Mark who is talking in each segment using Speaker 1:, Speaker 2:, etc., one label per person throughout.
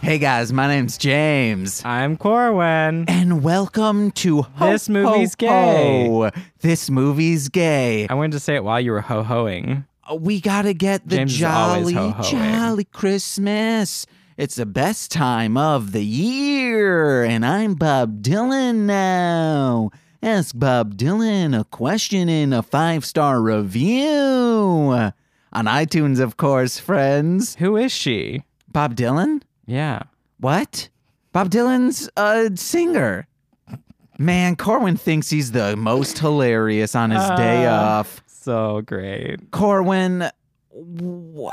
Speaker 1: Hey guys, my name's James.
Speaker 2: I'm Corwin.
Speaker 1: And welcome to Ho,
Speaker 2: This Movie's
Speaker 1: Ho,
Speaker 2: Gay.
Speaker 1: Ho. This movie's gay.
Speaker 2: I wanted to say it while you were ho hoing.
Speaker 1: We gotta get the
Speaker 2: James is always
Speaker 1: jolly,
Speaker 2: ho-hoing.
Speaker 1: jolly Christmas. It's the best time of the year, and I'm Bob Dylan now. Ask Bob Dylan a question in a five star review. On iTunes, of course, friends.
Speaker 2: Who is she?
Speaker 1: Bob Dylan?
Speaker 2: Yeah.
Speaker 1: What? Bob Dylan's a singer. Man, Corwin thinks he's the most hilarious on his day
Speaker 2: Uh.
Speaker 1: off.
Speaker 2: So great.
Speaker 1: Corwin, wha-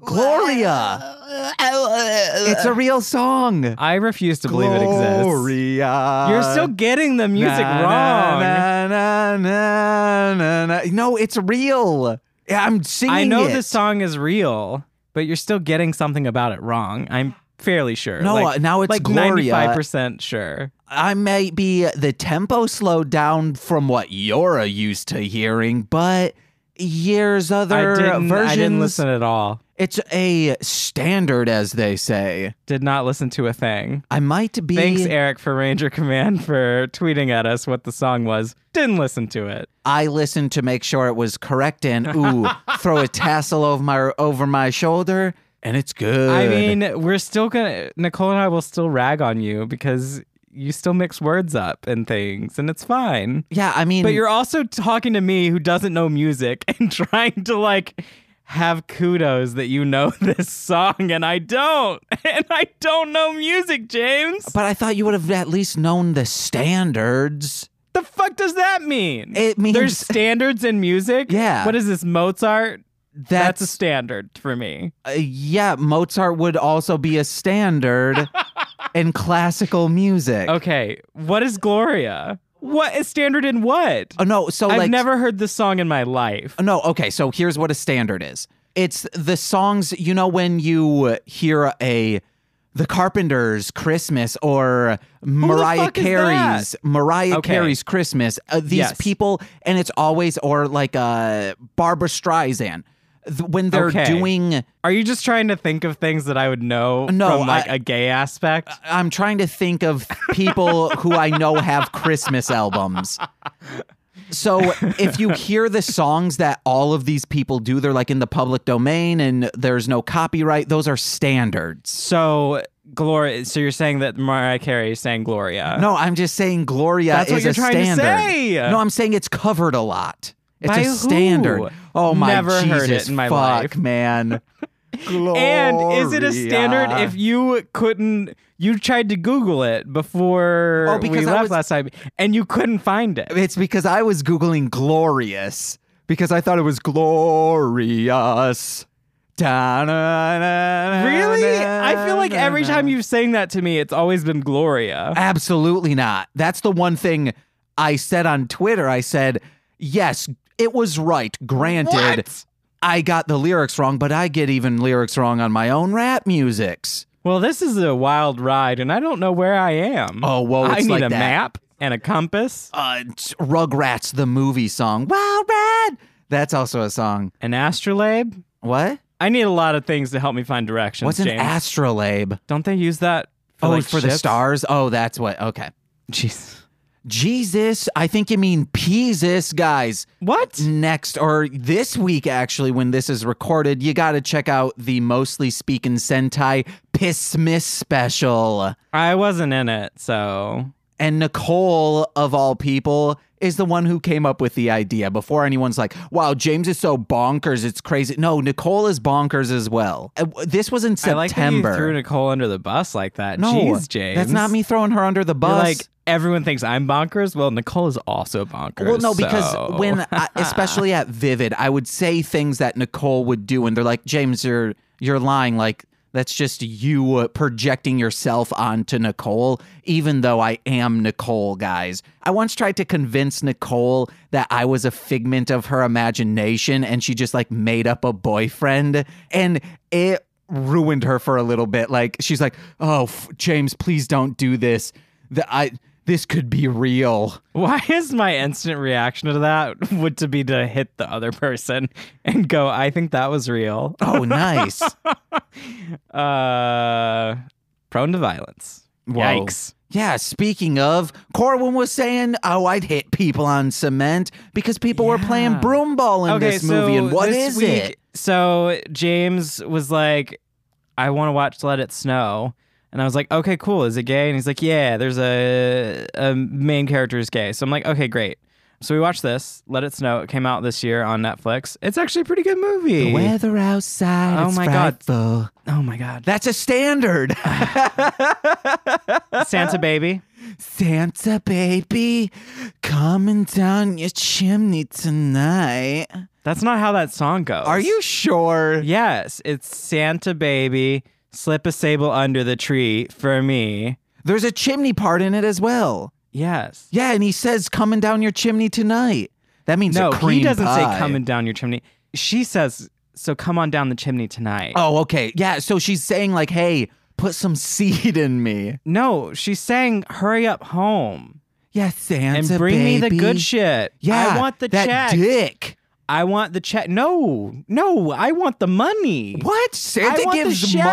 Speaker 1: Gloria. It's a real song.
Speaker 2: I refuse to believe it exists.
Speaker 1: Gloria.
Speaker 2: You're still getting the music
Speaker 1: Na,
Speaker 2: wrong.
Speaker 1: Na, na, na, na, na. No, it's real. I'm singing
Speaker 2: I know
Speaker 1: it.
Speaker 2: this song is real, but you're still getting something about it wrong. I'm fairly sure.
Speaker 1: No,
Speaker 2: like,
Speaker 1: uh, now it's
Speaker 2: like
Speaker 1: Gloria.
Speaker 2: 95% sure.
Speaker 1: I might be the tempo slowed down from what you're used to hearing, but years other
Speaker 2: I didn't,
Speaker 1: versions.
Speaker 2: I didn't listen at all.
Speaker 1: It's a standard, as they say.
Speaker 2: Did not listen to a thing.
Speaker 1: I might be.
Speaker 2: Thanks, Eric, for Ranger Command for tweeting at us what the song was. Didn't listen to it.
Speaker 1: I listened to make sure it was correct, and ooh, throw a tassel over my over my shoulder, and it's good.
Speaker 2: I mean, we're still gonna Nicole and I will still rag on you because you still mix words up and things, and it's fine.
Speaker 1: yeah, I mean,
Speaker 2: But you're also talking to me who doesn't know music and trying to like have kudos that you know this song and I don't. And I don't know music, James.
Speaker 1: But I thought you would have at least known the standards.
Speaker 2: The fuck does that mean?
Speaker 1: It means
Speaker 2: There's standards in music.
Speaker 1: Yeah.
Speaker 2: What is this, Mozart?
Speaker 1: that's,
Speaker 2: a standard for me.
Speaker 1: Uh, yeah, Mozart would also be a standard in classical music.
Speaker 2: Okay. What is Gloria? What is standard in what?
Speaker 1: Oh, no, so
Speaker 2: I've
Speaker 1: like oh,
Speaker 2: never heard this song in my life.
Speaker 1: No, okay, so here's what a standard is. It's the songs, you know when you hear a The Carpenters Christmas or Mariah
Speaker 2: fuck is
Speaker 1: Carey's Mariah
Speaker 2: Okay.
Speaker 1: Carey's Christmas, uh, these
Speaker 2: Yes.
Speaker 1: people and it's always or like uh Barbara Streisand th- when they're
Speaker 2: Okay.
Speaker 1: doing
Speaker 2: Are you just trying to think of things that I would know
Speaker 1: Uh, No,
Speaker 2: from like a
Speaker 1: I- Uh,
Speaker 2: gay aspect?
Speaker 1: I'm trying to think of people who I know have Christmas albums. So if you hear the songs that all of these people do, they're like in the public domain and there's no copyright. Those are standards.
Speaker 2: so Gloria so you're saying that Mariah Carey sang Gloria.
Speaker 1: No, I'm just saying Gloria
Speaker 2: That's what
Speaker 1: is
Speaker 2: you're
Speaker 1: a
Speaker 2: trying to
Speaker 1: standard.
Speaker 2: say.
Speaker 1: No, I'm saying it's covered a lot. It's
Speaker 2: By
Speaker 1: a
Speaker 2: who?
Speaker 1: standard. Oh my
Speaker 2: Never heard it
Speaker 1: Jesus,
Speaker 2: in my
Speaker 1: fuck,
Speaker 2: life.
Speaker 1: man.
Speaker 2: And is it a standard
Speaker 1: Gloria.
Speaker 2: if you couldn't you tried to Google it before
Speaker 1: Oh,
Speaker 2: we
Speaker 1: because I
Speaker 2: left
Speaker 1: was-
Speaker 2: last time and you couldn't find it?
Speaker 1: It's because I was Googling glorious because I thought it was glorious. Da-na-na-na-na-na.
Speaker 2: Really? I feel like every time you've sang that to me, it's always been Gloria.
Speaker 1: Absolutely not. That's the one thing I said on Twitter. I said, yes, it was right. Granted,
Speaker 2: What?
Speaker 1: I got the lyrics wrong, but I get even lyrics wrong on my own rap musics.
Speaker 2: Well, this is a wild ride, and I don't know where I am.
Speaker 1: Oh, whoa,
Speaker 2: I
Speaker 1: it's
Speaker 2: need
Speaker 1: like
Speaker 2: a
Speaker 1: that.
Speaker 2: map and a compass,
Speaker 1: Uh, t- Rugrats, the movie song. Wild Red. That's also a song.
Speaker 2: an astrolabe.
Speaker 1: What?
Speaker 2: I need a lot of things to help me find directions.
Speaker 1: What's an
Speaker 2: James.
Speaker 1: astrolabe?
Speaker 2: Don't they use that? For
Speaker 1: oh,
Speaker 2: like,
Speaker 1: for the
Speaker 2: ships?
Speaker 1: stars? Oh, that's what. Okay.
Speaker 2: Jeez.
Speaker 1: Jesus, I think you mean Peasus, guys.
Speaker 2: What?
Speaker 1: Mm. Next or this week, actually, when this is recorded, you got to check out the Mostly Speaking Sentai Pissmas special.
Speaker 2: I wasn't in it, so
Speaker 1: And Nicole, of all people, is the one who came up with the idea before anyone's like, wow, James is so bonkers. It's crazy. No, Nicole is bonkers as well. Uh, w- This was in
Speaker 2: I
Speaker 1: September.
Speaker 2: like that you threw Nicole under the bus like that.
Speaker 1: no,
Speaker 2: Jeez, James.
Speaker 1: that's not me throwing her under the
Speaker 2: You're
Speaker 1: bus.
Speaker 2: like everyone thinks I'm bonkers. Well, Nicole is also bonkers.
Speaker 1: Well, no, because
Speaker 2: so-
Speaker 1: when, I, especially at Vivid, I would say things that Nicole would do, and they're like, "James, you're you're lying. Like that's just you uh, projecting yourself onto Nicole, even though I am Nicole." Guys, I once tried to convince Nicole that I was a figment of her imagination, and she just like made up a boyfriend, and it ruined her for a little bit. Like she's like, "Oh, f- James, please don't do this. That I." This could be real.
Speaker 2: Why is my instant reaction to that would to be to hit the other person and go, I think that was real.
Speaker 1: Oh, nice.
Speaker 2: Uh prone to violence.
Speaker 1: Whoa.
Speaker 2: Yikes.
Speaker 1: Yeah, speaking of, Corwin was saying, "Oh, I'd hit people on cement because people were playing
Speaker 2: Yeah.
Speaker 1: broom ball in this movie." And what
Speaker 2: this
Speaker 1: is
Speaker 2: week-
Speaker 1: it?
Speaker 2: So James was like, I want to watch Let It Snow. And I was like, okay, cool. Is it gay? And he's like, yeah, there's a, a main character is gay. So I'm like, okay, great. So we watched this, Let It Snow. It came out this year on Netflix. It's actually a pretty good movie.
Speaker 1: The weather outside.
Speaker 2: Oh
Speaker 1: it's
Speaker 2: my God.
Speaker 1: frightful.
Speaker 2: Oh my God.
Speaker 1: That's a standard.
Speaker 2: Santa Baby.
Speaker 1: Santa baby, coming down your chimney tonight.
Speaker 2: That's not how that song goes.
Speaker 1: Are you sure?
Speaker 2: Yes, it's Santa Baby, slip a sable under the tree for me.
Speaker 1: There's a chimney part in it as well.
Speaker 2: Yes.
Speaker 1: Yeah, and he says coming down your chimney tonight. That means
Speaker 2: no,
Speaker 1: a cream
Speaker 2: he doesn't
Speaker 1: pie.
Speaker 2: say coming down your chimney. She says, so come on down the chimney tonight.
Speaker 1: Oh, okay. Yeah, so she's saying like, "Hey, put some seed in me."
Speaker 2: No, she's saying, hurry up home
Speaker 1: Yeah, Santa
Speaker 2: and bring me the
Speaker 1: baby.
Speaker 2: good shit.
Speaker 1: Yeah,
Speaker 2: I want the
Speaker 1: that
Speaker 2: check.
Speaker 1: dick.
Speaker 2: I want the check. No, no, I want the money.
Speaker 1: What?
Speaker 2: I
Speaker 1: Santa
Speaker 2: want the
Speaker 1: gives
Speaker 2: Chevy.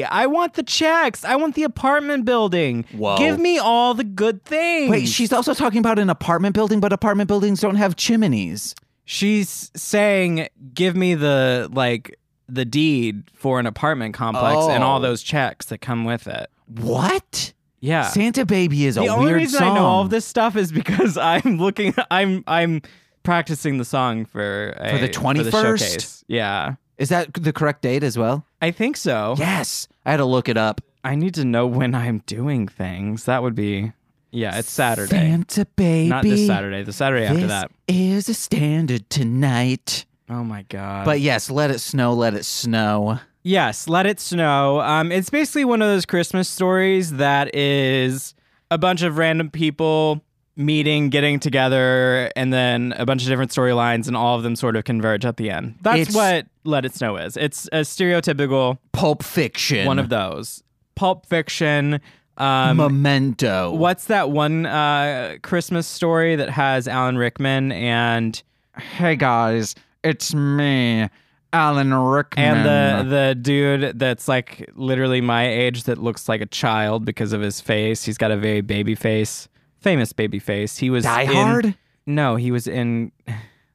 Speaker 1: money.
Speaker 2: I want the checks. I want the apartment building.
Speaker 1: Whoa.
Speaker 2: Give me all the good things.
Speaker 1: Wait, she's also talking about an apartment building, but apartment buildings don't have chimneys.
Speaker 2: she's saying give me the like the deed for an apartment complex and all
Speaker 1: Oh.
Speaker 2: those checks that come with it
Speaker 1: What?
Speaker 2: yeah
Speaker 1: Santa Baby is
Speaker 2: the
Speaker 1: a
Speaker 2: only
Speaker 1: weird
Speaker 2: reason
Speaker 1: song.
Speaker 2: i know all of this stuff is because i'm looking i'm i'm practicing the song for a,
Speaker 1: the
Speaker 2: the
Speaker 1: 21st?
Speaker 2: showcase. yeah
Speaker 1: Is that the correct date as well?
Speaker 2: i think so
Speaker 1: Yes. I had to look it up.
Speaker 2: i need to know when i'm doing things that would be yeah it's saturday
Speaker 1: Santa Baby.
Speaker 2: not this saturday the saturday after
Speaker 1: this
Speaker 2: that
Speaker 1: is a standard tonight.
Speaker 2: oh my god
Speaker 1: But yes, let it snow, let it snow.
Speaker 2: Yes, Let It Snow. Um, it's basically one of those Christmas stories that is a bunch of random people meeting, getting together, and then a bunch of different storylines, and all of them sort of converge at the end. That's
Speaker 1: It's-
Speaker 2: what Let It Snow is. It's a stereotypical
Speaker 1: Pulp Fiction.
Speaker 2: one of those. Pulp Fiction. Um,
Speaker 1: Memento.
Speaker 2: what's that one uh, Christmas story that has Alan Rickman and
Speaker 1: Hey guys, it's me, Alan Rickman.
Speaker 2: And the
Speaker 1: uh,
Speaker 2: the dude that's like literally my age that looks like a child because of his face. He's got a very baby face, famous baby face. He was
Speaker 1: Die
Speaker 2: in-
Speaker 1: Hard?
Speaker 2: No, he was in.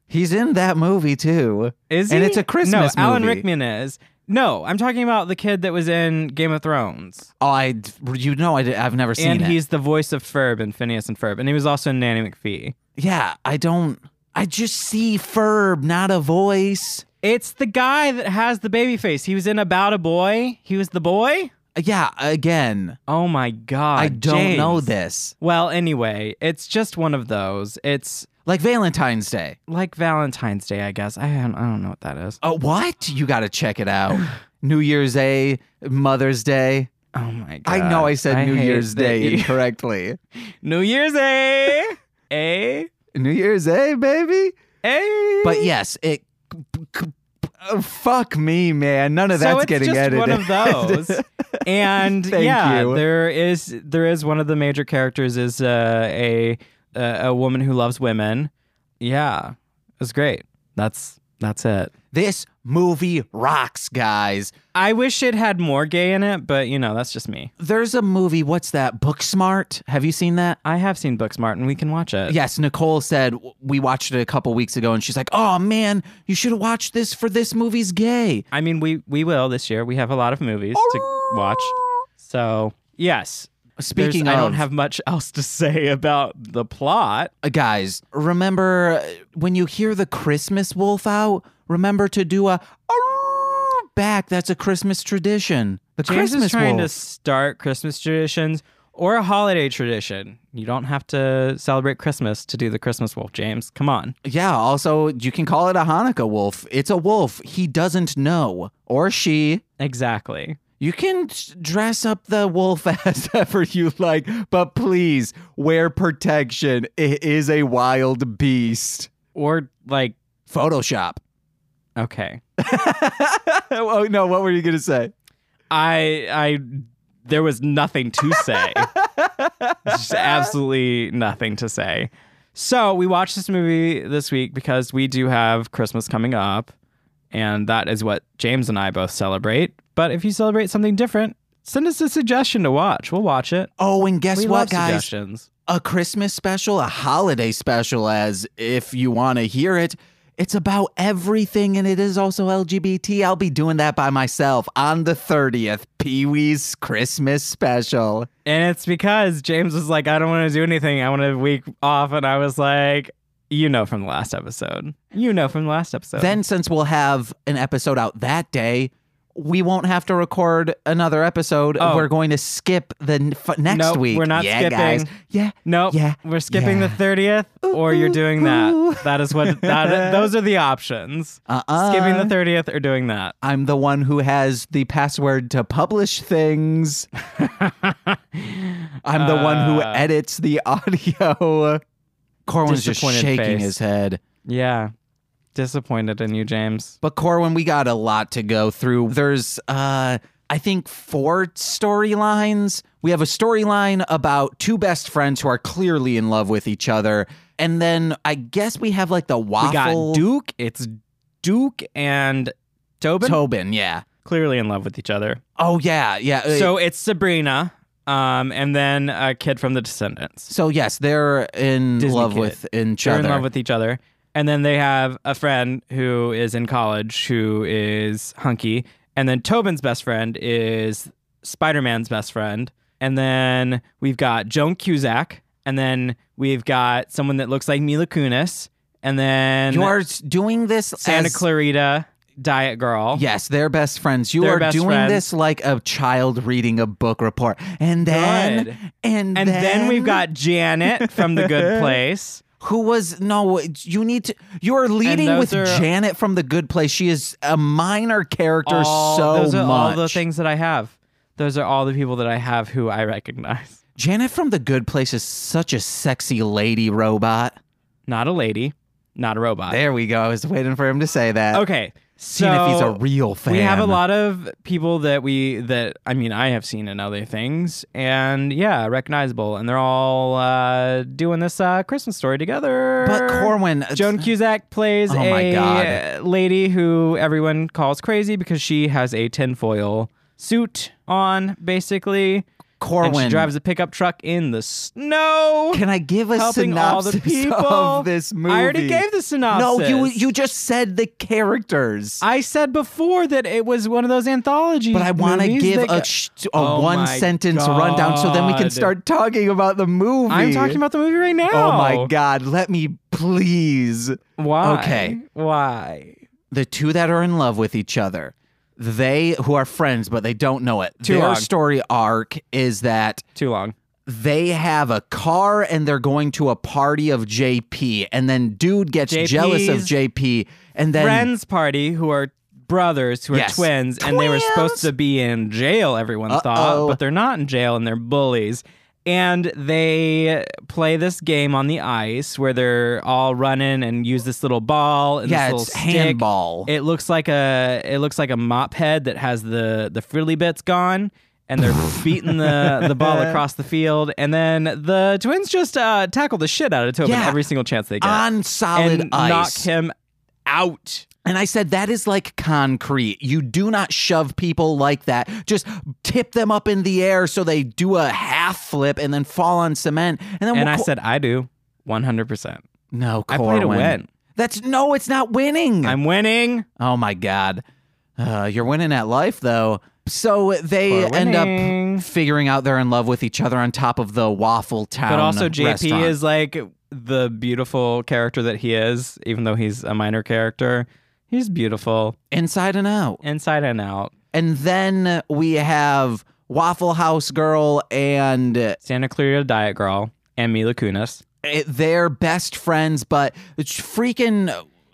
Speaker 1: He's in that movie too.
Speaker 2: Is
Speaker 1: And
Speaker 2: he?
Speaker 1: it's a Christmas
Speaker 2: No, Alan
Speaker 1: movie.
Speaker 2: Rickman is. No, I'm talking about the kid that was in Game of Thrones,
Speaker 1: Oh, I, you know, I, have never seen
Speaker 2: and
Speaker 1: it.
Speaker 2: he's the voice of Ferb in Phineas and Ferb, and he was also in Nanny McPhee.
Speaker 1: Yeah, I don't. I just see Ferb, not a voice.
Speaker 2: It's the guy that has the baby face. He was in About a Boy. He was the boy.
Speaker 1: Yeah, again,
Speaker 2: Oh my god!
Speaker 1: I don't know
Speaker 2: James.
Speaker 1: this.
Speaker 2: Well, anyway, it's just one of those. It's
Speaker 1: Like Valentine's Day.
Speaker 2: like Valentine's Day, I guess. I don't, I don't know what that is.
Speaker 1: Oh, what? You got to check it out. New Year's Day, Mother's Day.
Speaker 2: Oh my god!
Speaker 1: I know I said New
Speaker 2: hate
Speaker 1: Year's
Speaker 2: that
Speaker 1: Day
Speaker 2: you-
Speaker 1: incorrectly.
Speaker 2: New Year's A. A.
Speaker 1: New Year's Day, baby.
Speaker 2: A.
Speaker 1: But yes, it. oh, fuck me, man. None of
Speaker 2: so
Speaker 1: that's
Speaker 2: it's
Speaker 1: getting
Speaker 2: just
Speaker 1: edited.
Speaker 2: one of those. and
Speaker 1: Thank
Speaker 2: yeah,
Speaker 1: you.
Speaker 2: there is there is one of the major characters is uh, a uh, a woman who loves women. Yeah, it's great. That's that's it.
Speaker 1: this movie rocks, guys.
Speaker 2: I wish it had more gay in it, but you know that's just me.
Speaker 1: There's a movie. What's that? Booksmart. Have you seen that?
Speaker 2: I have seen Booksmart, and we can watch it.
Speaker 1: Yes, Nicole said w- we watched it a couple weeks ago, and she's like, "Oh man, you should have watched this for this movie's gay."
Speaker 2: I mean, we we will this year. We have a lot of movies to watch. So yes. There's-
Speaker 1: Speaking
Speaker 2: I
Speaker 1: of,
Speaker 2: don't have much else to say about the plot.
Speaker 1: Uh, guys, remember uh, when you hear the Christmas wolf out, remember to do a "Arrrrrr" back. That's a Christmas tradition. The
Speaker 2: James
Speaker 1: Christmas
Speaker 2: is trying
Speaker 1: wolf.
Speaker 2: to start Christmas traditions or a holiday tradition. You don't have to celebrate Christmas to do the Christmas wolf, James. Come on.
Speaker 1: Yeah, also, you can call it a Hanukkah wolf. It's a wolf. He doesn't know, or she.
Speaker 2: Exactly.
Speaker 1: You can s- dress up the wolf as ever you like, but please wear protection. It is a wild beast.
Speaker 2: Or like
Speaker 1: Photoshop.
Speaker 2: okay.
Speaker 1: oh, no, what were you going to say?
Speaker 2: I I there was nothing to say. Just absolutely nothing to say. So we watched this movie this week because we do have Christmas coming up, and that is what James and I both celebrate. But if you celebrate something different, Send us a suggestion to watch. We'll watch it.
Speaker 1: Oh, and guess
Speaker 2: we
Speaker 1: what,
Speaker 2: love
Speaker 1: guys?
Speaker 2: suggestions.
Speaker 1: A Christmas special, a holiday special, as if you want to hear it. It's about everything, and it is also LGBT. I'll be doing that by myself on the 30th, Pee Wee's Christmas special.
Speaker 2: And it's because James was like, I don't want to do anything. I want a week off. And I was like, you know from the last episode. You know from the last episode.
Speaker 1: Then, since we'll have an episode out that day, we won't have to record another episode.
Speaker 2: Oh.
Speaker 1: We're going to skip the n- f- next
Speaker 2: Nope,
Speaker 1: week.
Speaker 2: we're not
Speaker 1: yeah,
Speaker 2: skipping.
Speaker 1: Guys. Yeah,
Speaker 2: Nope.
Speaker 1: Yeah,
Speaker 2: We're skipping
Speaker 1: yeah.
Speaker 2: the 30th or you're
Speaker 1: Ooh,
Speaker 2: doing
Speaker 1: ooh.
Speaker 2: that. That is what that those are the options.
Speaker 1: Uh-uh.
Speaker 2: Skipping the 30th or doing that.
Speaker 1: I'm the one who has the password to publish things. I'm the one who
Speaker 2: Uh.
Speaker 1: edits the audio. Corwin's just
Speaker 2: Disappointed
Speaker 1: shaking
Speaker 2: face.
Speaker 1: his head.
Speaker 2: Yeah. Disappointed in you, James.
Speaker 1: But Corwin, we got a lot to go through. There's, uh, I think, four storylines. We have a storyline about two best friends who are clearly in love with each other, and then I guess we have like the
Speaker 2: We got
Speaker 1: waffle
Speaker 2: Duke. It's Duke and Tobin
Speaker 1: Tobin. Yeah.
Speaker 2: clearly in love with each other.
Speaker 1: Oh yeah, yeah. Uh,
Speaker 2: So it's Sabrina, um, and then a kid from The Descendants.
Speaker 1: so yes, they're in
Speaker 2: Disney
Speaker 1: love
Speaker 2: kid.
Speaker 1: with each
Speaker 2: They're
Speaker 1: other.
Speaker 2: in love with each other, and then they have a friend who is in college who is hunky, and then Tobin's best friend is Spider Man's best friend, and then we've got Joan Cusack, and then we've got someone that looks like Mila Kunis, and then
Speaker 1: you are s- doing this
Speaker 2: Santa
Speaker 1: as-
Speaker 2: Clarita Diet Girl.
Speaker 1: Yes, they're best friends. You
Speaker 2: They're
Speaker 1: are
Speaker 2: best
Speaker 1: doing
Speaker 2: friends.
Speaker 1: this like a child reading a book report. And then
Speaker 2: Good.
Speaker 1: and,
Speaker 2: And then, we've got Janet from The Good Place.
Speaker 1: who was no you need to you're leading
Speaker 2: those
Speaker 1: with
Speaker 2: are-
Speaker 1: Janet from the good place. She is a minor character
Speaker 2: all-
Speaker 1: so
Speaker 2: those are all
Speaker 1: much.
Speaker 2: the things that I have. Those are all the people that I have who I recognize.
Speaker 1: Janet from the good place is such a sexy lady robot.
Speaker 2: Not a lady, not a robot.
Speaker 1: There we go. I was waiting for him to say that.
Speaker 2: okay,
Speaker 1: Seeing
Speaker 2: so
Speaker 1: if he's a real fan.
Speaker 2: we have a lot of people that we that I mean I have seen in other things, and yeah, recognizable, and they're all uh, doing this uh, Christmas story together.
Speaker 1: But Corwin
Speaker 2: Joan Cusack plays
Speaker 1: Oh my
Speaker 2: a
Speaker 1: God.
Speaker 2: uh, lady who everyone calls crazy because she has a tinfoil suit on, basically.
Speaker 1: Corwin
Speaker 2: And she drives a pickup truck in the snow.
Speaker 1: Can I give a
Speaker 2: helping all the
Speaker 1: synopsis
Speaker 2: people.
Speaker 1: of this movie?
Speaker 2: I already gave the synopsis.
Speaker 1: No, you you just said the characters.
Speaker 2: I said before that it was one of those anthologies.
Speaker 1: but I want to give a, sh- a
Speaker 2: Oh
Speaker 1: one
Speaker 2: my
Speaker 1: sentence rundown so then we can
Speaker 2: God.
Speaker 1: start talking about the movie.
Speaker 2: I'm talking about the movie right now.
Speaker 1: Oh my god, let me please.
Speaker 2: Why?
Speaker 1: Okay.
Speaker 2: Why?
Speaker 1: The two that are in love with each other, they who are friends but they don't know it.
Speaker 2: Too
Speaker 1: Their
Speaker 2: long.
Speaker 1: story arc is that
Speaker 2: Too long.
Speaker 1: they have a car and they're going to a party of JP and then dude gets jealous of
Speaker 2: JP's
Speaker 1: JP and then
Speaker 2: Friends party who are brothers who are
Speaker 1: Yes.
Speaker 2: twins, and they were supposed
Speaker 1: Twins?
Speaker 2: to be in jail. Everyone thought,
Speaker 1: Uh-oh.
Speaker 2: but they're not in jail, and they're bullies. And they play this game on the ice where they're all running and use this little ball and
Speaker 1: yeah,
Speaker 2: this little
Speaker 1: it's
Speaker 2: stick.
Speaker 1: handball.
Speaker 2: It looks like a it looks like a mop head that has the the frilly bits gone, and they're beating the the ball across the field. And then the twins just uh, tackle the shit out of Tobin
Speaker 1: Yeah.
Speaker 2: every single chance they get,
Speaker 1: on solid
Speaker 2: and
Speaker 1: ice.
Speaker 2: knock him out.
Speaker 1: And I said, that is like concrete. You do not shove people like that. Just tip them up in the air so they do a half flip and then fall on cement. And then
Speaker 2: And I
Speaker 1: Cor-
Speaker 2: said, I do, one hundred percent.
Speaker 1: no,
Speaker 2: I
Speaker 1: Corwin.
Speaker 2: play to win.
Speaker 1: That's no, it's not winning.
Speaker 2: I'm winning.
Speaker 1: oh my God. Uh, you're winning at life, though. So they
Speaker 2: We're
Speaker 1: end
Speaker 2: winning.
Speaker 1: up figuring out they're in love with each other on top of the Waffle Town.
Speaker 2: But also, JP
Speaker 1: restaurant.
Speaker 2: is like the beautiful character that he is, even though he's a minor character. He's beautiful
Speaker 1: inside and out.
Speaker 2: inside and out.
Speaker 1: And then we have Waffle House Girl and uh,
Speaker 2: Santa Clarita Diet Girl and Mila Kunis.
Speaker 1: it, they're best friends, but it's freaking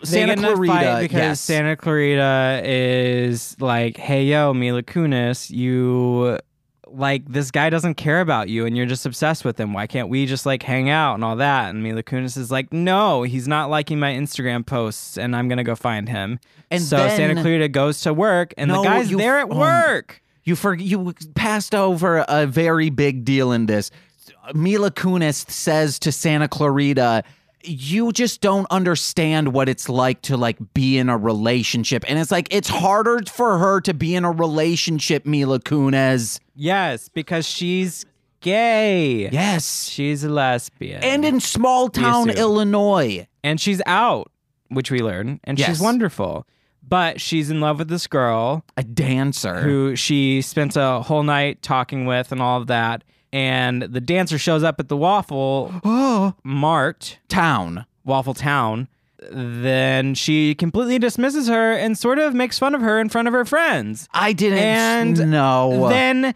Speaker 1: Santa
Speaker 2: they get in a
Speaker 1: Clarita.
Speaker 2: fight because
Speaker 1: yes.
Speaker 2: Santa Clarita is like, "Hey, yo, Mila Kunis, you like this guy doesn't care about you, and you're just obsessed with him. Why can't we just like hang out and all that?" And Mila Kunis is like, "No, he's not liking my Instagram posts, and I'm gonna go find him."
Speaker 1: And
Speaker 2: so
Speaker 1: then-
Speaker 2: Santa Clarita goes to work, and
Speaker 1: No,
Speaker 2: the guy's
Speaker 1: you-
Speaker 2: there at
Speaker 1: oh.
Speaker 2: work.
Speaker 1: you for, you passed over a very big deal in this. Mila Kunis says to Santa Clarita, you just don't understand what it's like to like be in a relationship. And it's like it's harder for her to be in a relationship, Mila Kunis.
Speaker 2: Yes, because she's gay.
Speaker 1: Yes.
Speaker 2: She's a lesbian.
Speaker 1: And in small town
Speaker 2: assume.
Speaker 1: Illinois.
Speaker 2: and she's out, which we learn, and
Speaker 1: Yes.
Speaker 2: she's wonderful. But she's in love with this girl
Speaker 1: A dancer.
Speaker 2: who she spent a whole night talking with and all of that. And the dancer shows up at the Waffle
Speaker 1: oh
Speaker 2: Mart,
Speaker 1: town.
Speaker 2: Waffle Town. Then she completely dismisses her and sort of makes fun of her in front of her friends.
Speaker 1: I didn't
Speaker 2: And
Speaker 1: know.
Speaker 2: then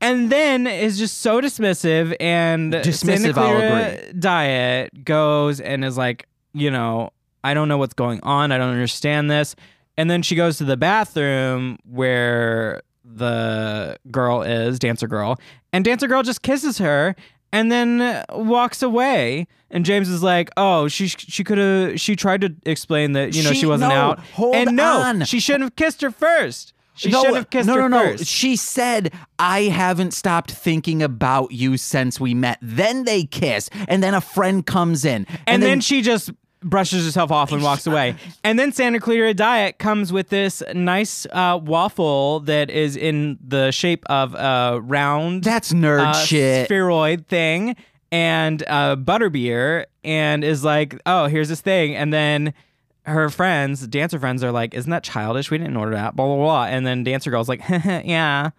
Speaker 2: and then is just so dismissive and
Speaker 1: Dismissive,
Speaker 2: Santa
Speaker 1: I'll
Speaker 2: Clara diet goes and is like you know i don't know what's going on i don't understand this and then she goes to the bathroom where the girl is dancer girl and dancer girl just kisses her and then walks away and james is like oh she she could have she tried to explain that you know
Speaker 1: She-
Speaker 2: she, wasn't
Speaker 1: no,
Speaker 2: out
Speaker 1: hold
Speaker 2: and no
Speaker 1: on.
Speaker 2: she shouldn't have kissed her first she
Speaker 1: no,
Speaker 2: should have kissed
Speaker 1: no,
Speaker 2: her
Speaker 1: no, no.
Speaker 2: first.
Speaker 1: She said, "I haven't stopped thinking about you since we met." Then they kiss, and then a friend comes in, and,
Speaker 2: and, then, she just brushes herself off and walks away. And then Santa Clarita Diet comes with this nice uh, waffle that is in the shape of a round
Speaker 1: that's nerd
Speaker 2: uh,
Speaker 1: shit.
Speaker 2: spheroid thing and uh, butterbeer and is like, oh, here's this thing. And then her friends, dancer friends, are like, isn't that childish? We didn't order that, blah, blah, blah. And then dancer girl's like, yeah,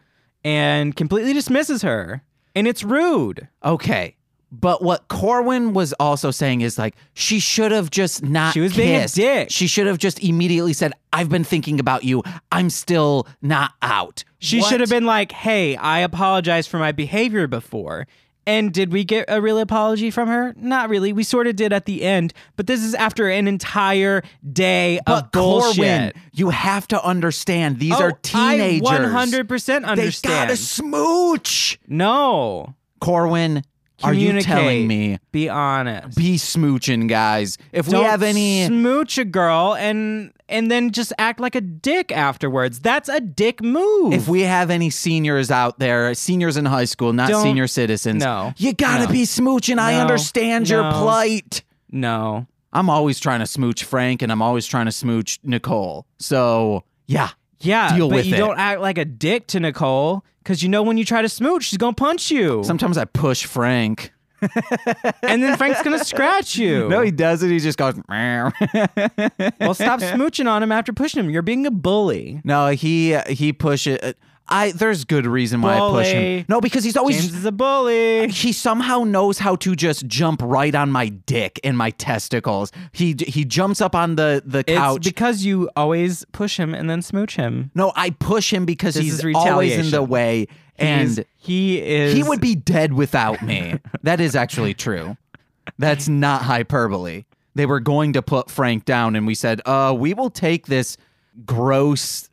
Speaker 2: and completely dismisses her. And it's rude.
Speaker 1: okay, but what Corwin was also saying is like she should have just not.
Speaker 2: She was being a
Speaker 1: kissed.
Speaker 2: dick.
Speaker 1: She should have just immediately said, "I've been thinking about you. I'm still not out."
Speaker 2: She
Speaker 1: What?
Speaker 2: should have been like, "Hey, I apologize for my behavior before." And did we get a real apology from her? Not really. We sort of did at the end, but this is after an entire day of
Speaker 1: But
Speaker 2: bullshit.
Speaker 1: Corwin, you have to understand these
Speaker 2: oh,
Speaker 1: are teenagers.
Speaker 2: I 100%
Speaker 1: They
Speaker 2: understand.
Speaker 1: gotta smooch.
Speaker 2: no.
Speaker 1: Corwin, are you telling
Speaker 2: Communicate.
Speaker 1: me?
Speaker 2: Be honest.
Speaker 1: be smooching, guys. If
Speaker 2: Don't
Speaker 1: we have any,
Speaker 2: smooch a girl and and then just act like a dick afterwards. That's a dick move.
Speaker 1: if we have any seniors out there, seniors in high school, not
Speaker 2: Don't-
Speaker 1: senior citizens,
Speaker 2: No.
Speaker 1: you gotta
Speaker 2: No.
Speaker 1: be smooching. I
Speaker 2: No.
Speaker 1: understand your
Speaker 2: No.
Speaker 1: plight.
Speaker 2: no.
Speaker 1: I'm always trying to smooch Frank, and I'm always trying to smooch Nicole. So yeah,
Speaker 2: Yeah,
Speaker 1: Deal
Speaker 2: but
Speaker 1: with
Speaker 2: you
Speaker 1: it.
Speaker 2: don't act like a dick to Nicole because you know when you try to smooch, she's gonna punch you,
Speaker 1: sometimes I push Frank.
Speaker 2: and then Frank's gonna scratch you.
Speaker 1: No, he doesn't. He just goes. "Meow."
Speaker 2: well, stop smooching on him after pushing him. You're being a bully.
Speaker 1: no, he he pushes. uh, I there's good reason why I push him.
Speaker 2: Bully.
Speaker 1: No, because he's always
Speaker 2: James is a bully.
Speaker 1: he somehow knows how to just jump right on my dick and my testicles. He he jumps up on the the
Speaker 2: It's
Speaker 1: couch.
Speaker 2: because you always push him and then smooch him.
Speaker 1: no, I push him because
Speaker 2: This
Speaker 1: he's
Speaker 2: is
Speaker 1: always in the
Speaker 2: retaliation.
Speaker 1: way, and
Speaker 2: He's- he is.
Speaker 1: he would be dead without me. that is actually true. That's not hyperbole. They were going to put Frank down, and we said, "Uh, we will take this gross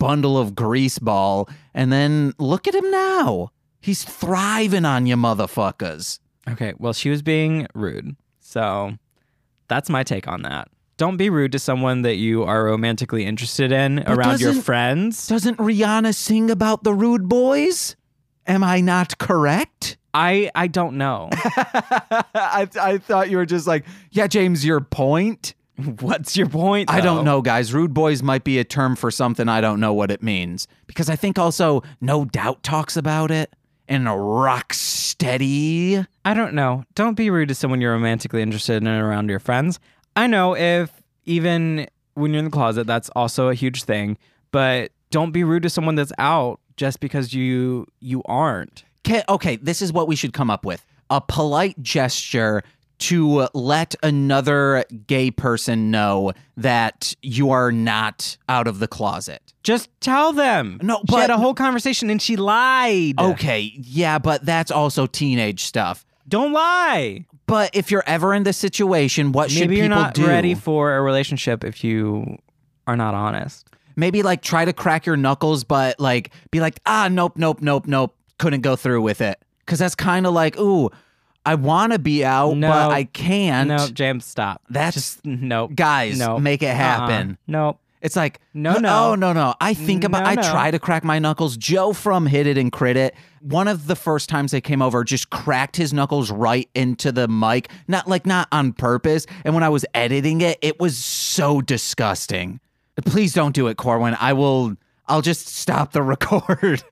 Speaker 1: bundle of grease ball, and then look at him now. He's thriving on you, motherfuckers."
Speaker 2: Okay. Well, she was being rude. So that's my take on that. Don't be rude to someone that you are romantically interested in around your
Speaker 1: doesn't-
Speaker 2: friends.
Speaker 1: Doesn't Rihanna sing about the rude boys? Am I not correct?
Speaker 2: I I don't know.
Speaker 1: I, I thought you were just like, yeah, James, your point.
Speaker 2: What's your point?
Speaker 1: I don't
Speaker 2: though?
Speaker 1: know, guys. Rude boys might be a term for something I don't know what it means. Because I think also No Doubt talks about it and Rock Steady.
Speaker 2: I don't know. Don't be rude to someone you're romantically interested in and around your friends. I know if even when you're in the closet, that's also a huge thing. But don't be rude to someone that's out just because you you aren't.
Speaker 1: Ca okay, this is what we should come up with a polite gesture to let another gay person know that you are not out of the closet.
Speaker 2: Just tell them.
Speaker 1: No,
Speaker 2: she had
Speaker 1: but- Oh,
Speaker 2: a whole conversation and she lied.
Speaker 1: Okay, yeah, but that's also teenage stuff.
Speaker 2: don't lie.
Speaker 1: But if you're ever in this situation, what should
Speaker 2: Maybe
Speaker 1: people
Speaker 2: you're not
Speaker 1: do?
Speaker 2: ready for a relationship if you are not honest.
Speaker 1: Maybe like try to crack your knuckles, but like be like, ah, nope, nope, nope, nope, couldn't go through with it. Because that's kind of like, ooh, I want to be out,
Speaker 2: No.
Speaker 1: but I can't.
Speaker 2: No, James, stop.
Speaker 1: That's
Speaker 2: Just nope.
Speaker 1: guys,
Speaker 2: no.
Speaker 1: make it
Speaker 2: Uh-uh.
Speaker 1: happen.
Speaker 2: Nope.
Speaker 1: It's like
Speaker 2: No, no.
Speaker 1: oh, no, no. I think about.
Speaker 2: No,
Speaker 1: I
Speaker 2: no.
Speaker 1: try to crack my knuckles. Joe from hit it and crit it. One of the first times they came over, just cracked his knuckles right into the mic. Not like not on purpose. And when I was editing it, it was so disgusting. Please don't do it, Corwin. I will. I'll just stop the record.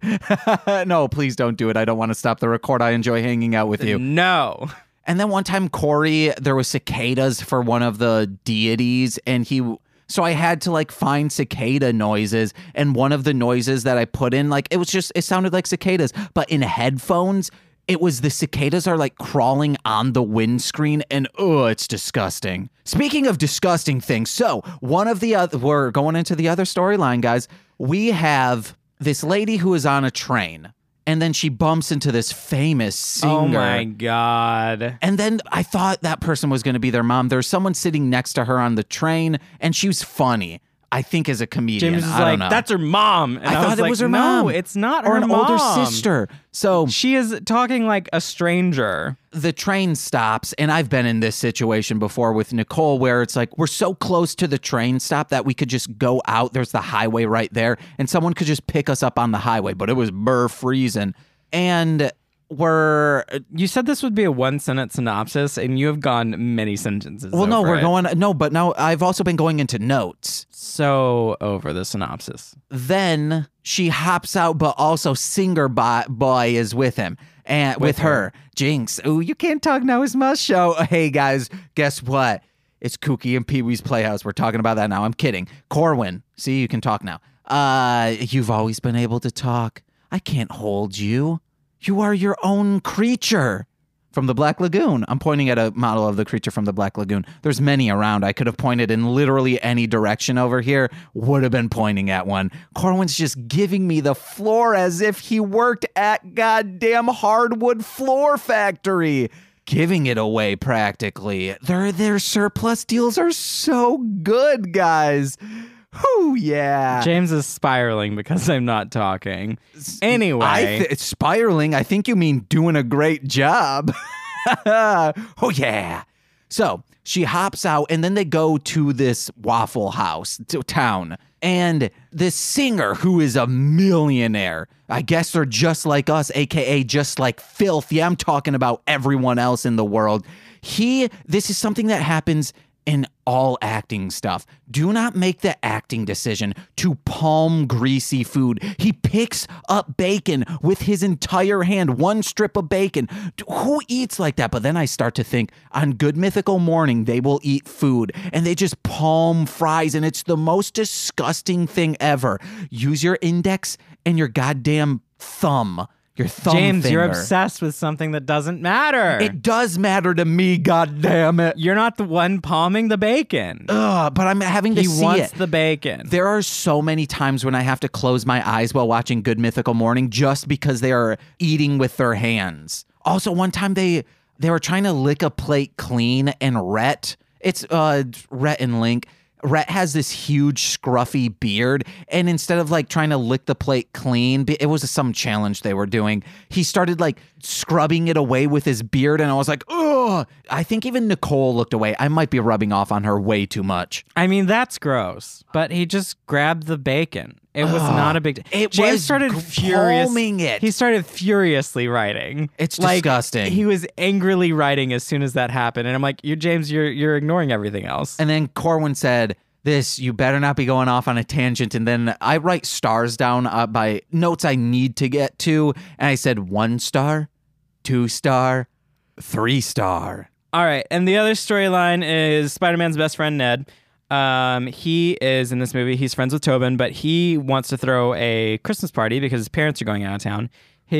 Speaker 1: no, please don't do it. I don't want to stop the record. I enjoy hanging out with you.
Speaker 2: No.
Speaker 1: And then one time, Corey, there was cicadas for one of the deities, and he. So I had to like find cicada noises, and one of the noises that I put in, like it was just it sounded like cicadas, but in headphones, it was the cicadas are like crawling on the windscreen, and oh, it's disgusting. Speaking of disgusting things, so one of the other, we're going into the other storyline, guys. We have this lady who is on a train, and then she bumps into this famous singer.
Speaker 2: Oh my god.
Speaker 1: And then I thought that person was going to be their mom. There's someone sitting next to her on the train, and she was funny. I think as a comedian,
Speaker 2: James is
Speaker 1: I
Speaker 2: like,
Speaker 1: don't know.
Speaker 2: "That's her mom." And
Speaker 1: I,
Speaker 2: I,
Speaker 1: thought
Speaker 2: was
Speaker 1: it
Speaker 2: like,
Speaker 1: was her
Speaker 2: no,
Speaker 1: mom.
Speaker 2: It's not
Speaker 1: or
Speaker 2: her
Speaker 1: an older
Speaker 2: mom.
Speaker 1: sister. So
Speaker 2: She is talking like a stranger.
Speaker 1: the train stops, and I've been in this situation before with Nicole, where it's like we're so close to the train stop that we could just go out. There's the highway right there, and someone could just pick us up on the highway. But it was burr freezing, and we're uh,
Speaker 2: You said this would be a one sentence synopsis, and you have gone many sentences.
Speaker 1: well, no,
Speaker 2: over
Speaker 1: we're
Speaker 2: it.
Speaker 1: going no, but now I've also been going into notes.
Speaker 2: so over the synopsis.
Speaker 1: then she hops out, but also singer bo- boy is with him and with, her. Jinx. Oh, you can't talk now. It's my show. Hey guys, guess what? It's Kooky and Pee Wee's Playhouse. We're talking about that now. I'm kidding. Corwin, see you can talk now. Uh, you've always been able to talk. I can't hold you. You are your own creature from the Black Lagoon. I'm pointing at a model of the creature from the Black Lagoon. There's many around. I could have pointed in literally any direction over here, would have been pointing at one. Corwin's just giving me the floor as if he worked at goddamn hardwood floor factory. Giving it away practically. Their their surplus deals are so good, guys. Whoo yeah.
Speaker 2: James is spiraling because I'm not talking. Anyway,
Speaker 1: I th- it's spiraling. I think you mean doing a great job. oh yeah. So she hops out, and then they go to this waffle house to town, and this singer who is a millionaire. I guess they're just like us, aka just like filth. Yeah, I'm talking about everyone else in the world. He. This is something that happens in all acting stuff. Do not make the acting decision to palm greasy food. He picks up bacon with his entire hand, one strip of bacon. D- Who eats like that? But then I start to think on Good Mythical Morning, they will eat food and they just palm fries, and it's the most disgusting thing ever. Use your index and your goddamn thumb. Your thumb
Speaker 2: James, you're
Speaker 1: finger.
Speaker 2: obsessed with something that doesn't matter.
Speaker 1: It does matter to me, goddamn it.
Speaker 2: you're not the one palming the bacon.
Speaker 1: Ugh, but I'm having to
Speaker 2: he
Speaker 1: see
Speaker 2: wants
Speaker 1: it.
Speaker 2: the bacon.
Speaker 1: There are so many times when I have to close my eyes while watching Good Mythical Morning just because they are eating with their hands. Also, one time they they were trying to lick a plate clean, and Rhett, it's uh Rhett and Link. Rhett has this huge scruffy beard, and instead of like trying to lick the plate clean, b- it was some challenge they were doing. He started like scrubbing it away with his beard, and I was like, "Ugh!" I think even Nicole looked away. I might be rubbing off on her way too much.
Speaker 2: I mean, that's gross. But he just grabbed the bacon. It was not a big.
Speaker 1: It
Speaker 2: James
Speaker 1: was
Speaker 2: started
Speaker 1: gr-
Speaker 2: furious.
Speaker 1: palming it.
Speaker 2: He started furiously writing.
Speaker 1: It's
Speaker 2: Like,
Speaker 1: disgusting.
Speaker 2: He was angrily writing as soon as that happened, and I'm like, "You, James, you're you're ignoring everything else."
Speaker 1: And then Corwin said, "This you better not be going off on a tangent." And then I write stars down uh, by notes I need to get to, and I said one star, two star, three star.
Speaker 2: All right, and the other storyline is Spider-Man's best friend Ned. Um, he is in this movie. He's friends with Tobin, but he wants to throw a Christmas party because his parents are going out of town.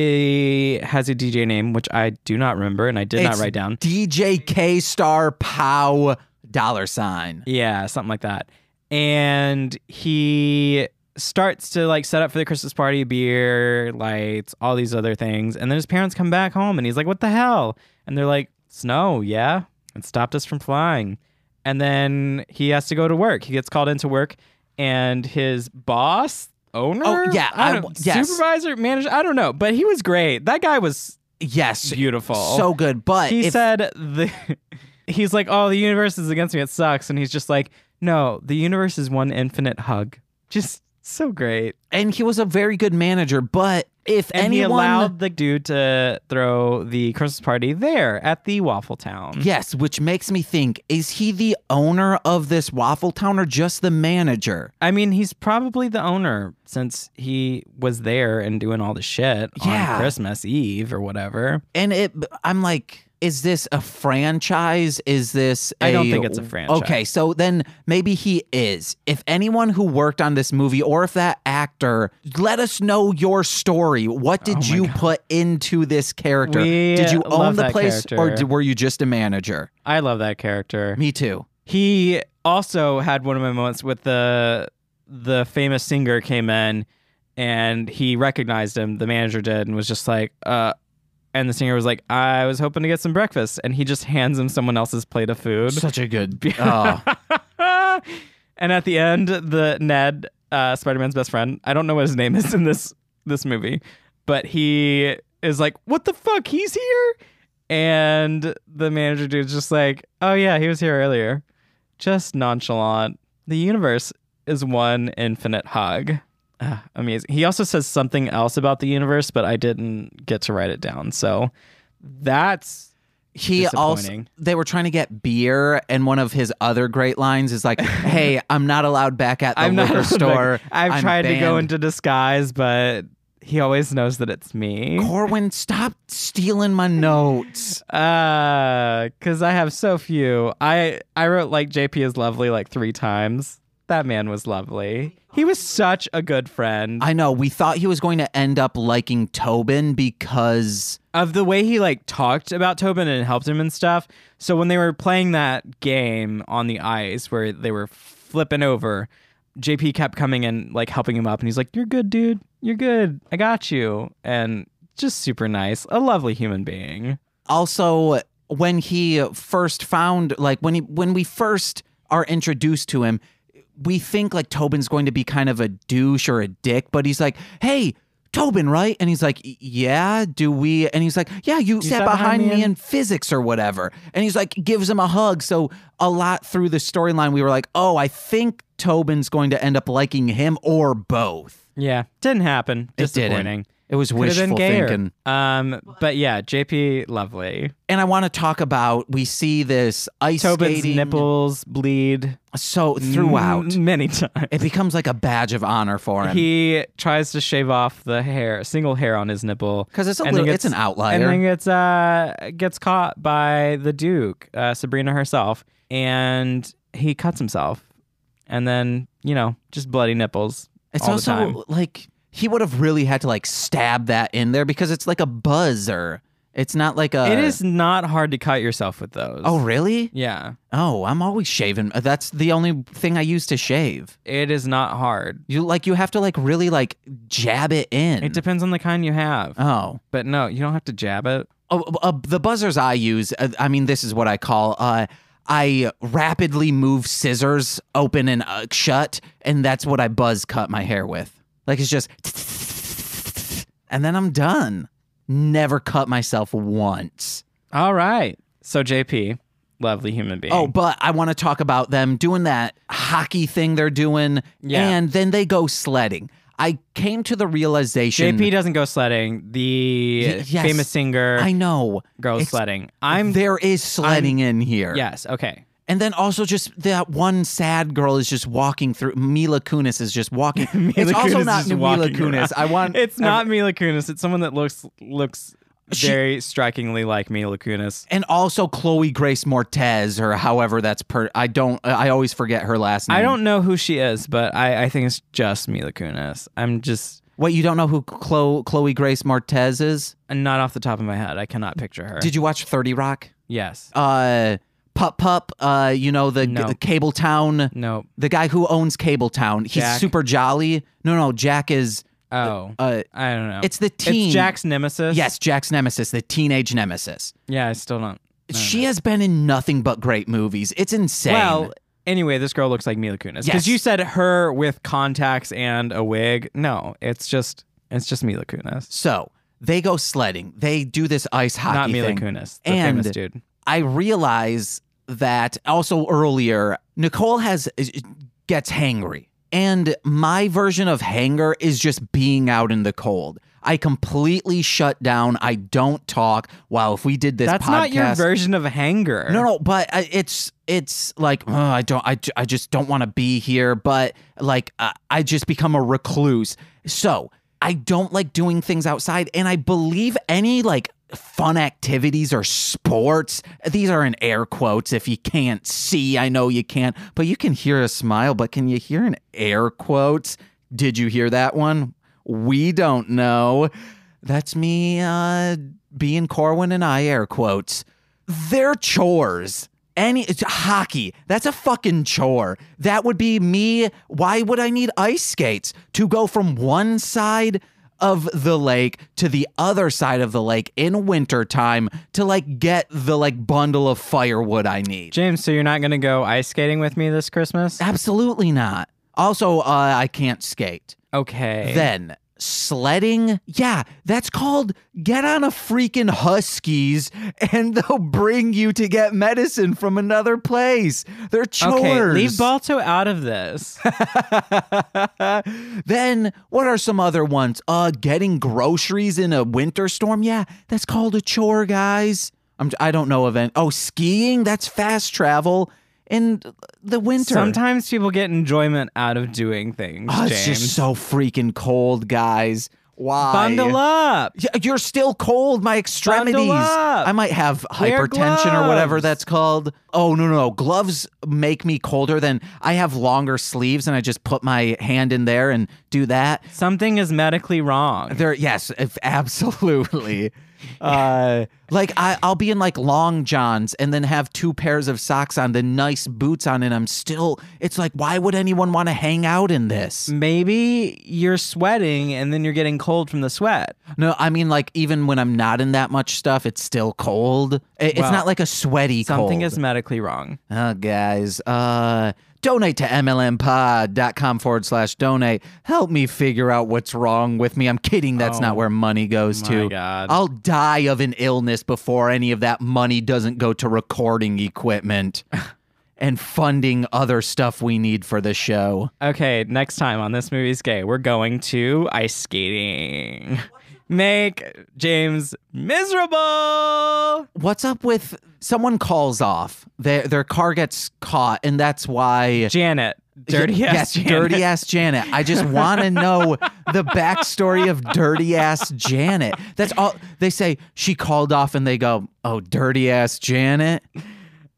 Speaker 2: He has a DJ name which I do not remember, and I did not
Speaker 1: It's
Speaker 2: write down.
Speaker 1: DJ K star pow dollar sign.
Speaker 2: Yeah, something like that. And he starts to like set up for the Christmas party, beer, lights, all these other things. And then his parents come back home and he's like, What the hell? And they're like, Snow, yeah. It stopped us from flying. And then he has to go to work. He gets called into work and his boss, owner,
Speaker 1: Oh, yeah,
Speaker 2: I
Speaker 1: I
Speaker 2: don't,
Speaker 1: w- yes.
Speaker 2: supervisor, manager, I don't know, but he was great. That guy was
Speaker 1: Yes,
Speaker 2: beautiful
Speaker 1: so good. But
Speaker 2: he
Speaker 1: Uh, if,
Speaker 2: said the he's like oh the universe is against me it sucks and he's just like no, the universe is one infinite hug. Just so great.
Speaker 1: And he was a very good manager, but if
Speaker 2: And he
Speaker 1: anyone
Speaker 2: allowed the dude to throw the Christmas party there at the Waffle Town.
Speaker 1: Yes, which makes me think is he the owner of this Waffle Town or just the manager?
Speaker 2: I mean, he's probably the owner since he was there and doing all the shit
Speaker 1: Yeah.
Speaker 2: on Christmas Eve or whatever.
Speaker 1: And it I'm like is this a franchise? Is this I
Speaker 2: I don't think it's a franchise.
Speaker 1: Okay, so then maybe he is. If anyone who worked on this movie or if that actor, let us know your story. What did
Speaker 2: Oh my
Speaker 1: you put into this character?
Speaker 2: We
Speaker 1: did you own
Speaker 2: love
Speaker 1: the
Speaker 2: that
Speaker 1: place or
Speaker 2: character.
Speaker 1: d were you just a manager?
Speaker 2: I love that character.
Speaker 1: Me too.
Speaker 2: He also had one of my moments with the the famous singer came in and he recognized him, the manager did, and was just like, uh and the singer was like, I was hoping to get some breakfast and he just hands him someone else's plate of food.
Speaker 1: Such a good oh,
Speaker 2: and at the end, the Ned, uh, Spider Man's best friend, I don't know what his name is in this this movie, but he is like, "What the fuck? He's here!" And the manager dude's just like, "Oh yeah, he was here earlier." Just nonchalant. The universe is one infinite hug. Ah, amazing. He also says something else about the universe, but I didn't get to write it down. So that's
Speaker 1: he also
Speaker 2: Disappointing.
Speaker 1: they were trying to get beer and one of his other great lines is like hey i'm not allowed back at the
Speaker 2: I'm not
Speaker 1: liquor
Speaker 2: a
Speaker 1: store
Speaker 2: I've
Speaker 1: I'm
Speaker 2: tried to go
Speaker 1: banned."
Speaker 2: into disguise, but he always knows that it's me.
Speaker 1: corwin stop stealing my notes
Speaker 2: Uh, cause I have so few. I I wrote like JP is lovely like three times. That man was lovely. He was such a good friend.
Speaker 1: i know we thought he was going to end up liking tobin because
Speaker 2: of the way he like talked about Tobin and helped him and stuff. So when they were playing that game on the ice where they were flipping over, JP kept coming and like helping him up and he's like, "You're good, dude. You're good. I got you." And just super nice. A lovely human being.
Speaker 1: also when he first found like when he when we first are introduced to him we think like tobin's going to be kind of a douche or a dick but he's like hey tobin right and he's like "Y- yeah do we and he's like yeah you, sat, behind, me in physics or whatever and he's like gives him a hug so a lot through the storyline we were like oh i think tobin's going to end up liking him or both
Speaker 2: Yeah, didn't happen.
Speaker 1: It didn't.
Speaker 2: Disappointing.
Speaker 1: it was
Speaker 2: Could have been
Speaker 1: wishful
Speaker 2: gayer.
Speaker 1: thinking
Speaker 2: Um, but yeah, JP lovely.
Speaker 1: and i want to talk about we see this ice
Speaker 2: Tobin's
Speaker 1: skating
Speaker 2: nipples bleed
Speaker 1: so throughout
Speaker 2: m- many times.
Speaker 1: it becomes like a badge of honor for him
Speaker 2: Mm. He tries to shave off the hair, single hair on his nipple.
Speaker 1: because it's a
Speaker 2: and then
Speaker 1: little, it's an
Speaker 2: gets- And then
Speaker 1: outlier.
Speaker 2: gets uh gets caught by the Duke, uh, Sabrina herself, and he cuts himself, and then you know just bloody nipples.
Speaker 1: It's
Speaker 2: all the
Speaker 1: also
Speaker 2: time.
Speaker 1: like he would have really had to like stab that in there because it's like a buzzer. It's not like a.
Speaker 2: it is not hard to cut yourself with those.
Speaker 1: Oh really?
Speaker 2: yeah,
Speaker 1: Oh, I'm always shaving. Uh, That's the only thing I use to shave.
Speaker 2: it is not hard.
Speaker 1: You like you have to like really like jab it in.
Speaker 2: It depends on the kind you have,
Speaker 1: oh.
Speaker 2: but no, you don't have to jab it.
Speaker 1: Oh, uh, the buzzers I use, uh, I mean, this is what I call. Uh, I rapidly move scissors open and uh, shut, and that's what I buzz cut my hair with. Like it's just, and then I'm done. Never cut myself once.
Speaker 2: All right, so JP, lovely human being.
Speaker 1: Oh, but I want to talk about them doing that hockey thing they're doing,
Speaker 2: Yeah.
Speaker 1: and then they go sledding. I came to the realization.
Speaker 2: JP doesn't go sledding. The
Speaker 1: Y- yes.
Speaker 2: famous singer
Speaker 1: I know
Speaker 2: goes
Speaker 1: It's-
Speaker 2: sledding. I'm
Speaker 1: there is sledding in here.
Speaker 2: yes, okay.
Speaker 1: And then also just that one sad girl is just walking through. Mila Kunis is just walking. it's also
Speaker 2: Kunis
Speaker 1: not
Speaker 2: is
Speaker 1: Mila
Speaker 2: walking
Speaker 1: Kunis.
Speaker 2: around.
Speaker 1: I want.
Speaker 2: It's not Mila Kunis. It's someone that looks looks
Speaker 1: She-
Speaker 2: very strikingly like Mila Kunis.
Speaker 1: And also Chloe Grace Mortez or however that's per. I don't. I always forget her last name.
Speaker 2: I don't know who she is, but I, I think it's just Mila Kunis. I'm just
Speaker 1: Wait, you don't know who Chloe, Chloe Grace Mortez is?
Speaker 2: not off the top of my head. I cannot picture her.
Speaker 1: Did you watch Thirty Rock?
Speaker 2: yes.
Speaker 1: Uh, Pup Pup. Uh, you know the,
Speaker 2: No.
Speaker 1: the Cable Town.
Speaker 2: No.
Speaker 1: The guy who owns Cable Town. He's
Speaker 2: Jack?
Speaker 1: super jolly. No, no, Jack is.
Speaker 2: Oh,
Speaker 1: Uh,
Speaker 2: I don't know.
Speaker 1: it's the teen.
Speaker 2: It's Jack's nemesis.
Speaker 1: Yes, Jack's nemesis, the teenage nemesis.
Speaker 2: Yeah, I still don't. don't
Speaker 1: She has been in nothing but great movies. It's insane.
Speaker 2: Well, anyway, this girl looks like Mila Kunis because
Speaker 1: Yes.
Speaker 2: you said her with contacts and a wig. No, it's just it's just Mila Kunis,
Speaker 1: so they go sledding. They do this ice hockey
Speaker 2: not Mila
Speaker 1: thing.
Speaker 2: Kunis, the
Speaker 1: And-
Speaker 2: famous dude.
Speaker 1: I realize that also earlier Nicole has is- gets hangry. And my version of hanger is just being out in the cold. I completely shut down. I don't talk. Wow, if we did this
Speaker 2: That's
Speaker 1: podcast
Speaker 2: not your version of hanger.
Speaker 1: no, no, but I- it's it's like oh, I don't I, ju- I just don't want to be here, but like I I just become a recluse. So, I don't like doing things outside and I believe any like fun activities or sports. These are in air quotes if you can't see. I know you can't, but you can hear a smile, but can you hear an air quotes? Did you hear that one? We don't know. That's me uh being Corwin and I air quotes their chores. Any it's hockey, that's a fucking chore. That would be me. Why would I need ice skates to go from one side of the lake to the other side of the lake in wintertime to like get the like bundle of firewood I need?
Speaker 2: James, so you're not going to go ice skating with me this Christmas?
Speaker 1: Absolutely not. Also, uh, I can't skate.
Speaker 2: Okay.
Speaker 1: Then sledding, yeah, that's called get on a freaking huskies and they'll bring you to get medicine from another place. They're chores.
Speaker 2: okay, leave Balto out of this.
Speaker 1: then what are some other ones? Uh, getting groceries in a winter storm. Yeah, that's called a chore, guys. I'm, I don't know of any. Oh, skiing. That's fast travel in the winter.
Speaker 2: Sometimes people get enjoyment out of doing things,
Speaker 1: Oh, it's
Speaker 2: James.
Speaker 1: just so freaking cold, guys. Why?
Speaker 2: Bundle up.
Speaker 1: Yeah, You're still cold. My extremities.
Speaker 2: up.
Speaker 1: I might have
Speaker 2: Wear
Speaker 1: hypertension or whatever
Speaker 2: gloves.
Speaker 1: that's called. Oh no, no, no. Gloves make me colder than I have longer sleeves, and I just put my hand in there and do that.
Speaker 2: Something is medically wrong.
Speaker 1: There, yes, if, absolutely. uh, like I, I'll be in like long johns and then have two pairs of socks on, then nice boots on, and I'm still. It's like, why would anyone want to hang out in this?
Speaker 2: Maybe you're sweating and then you're getting cold from the sweat.
Speaker 1: No, I mean like even when I'm not in that much stuff, it's still cold. I- It's
Speaker 2: Well,
Speaker 1: not like a sweaty
Speaker 2: Something
Speaker 1: cold.
Speaker 2: is medically wrong.
Speaker 1: Oh, guys, uh, donate to mlmpod.com forward slash donate. Help me figure out what's wrong with me. I'm kidding. That's not where money goes
Speaker 2: Oh my
Speaker 1: to.
Speaker 2: God.
Speaker 1: I'll die of an illness before any of that money doesn't go to recording equipment and funding other stuff we need for the show.
Speaker 2: Okay, next time on This Movie's Gay, we're going to ice skating. Make James miserable.
Speaker 1: What's up with someone calls off? Their their car gets caught, and that's why
Speaker 2: Janet. Dirty ass
Speaker 1: yes,
Speaker 2: Janet.
Speaker 1: dirty ass Janet. I just want to know the backstory of dirty ass Janet. That's all they say. She called off, and they go, "Oh, dirty ass Janet."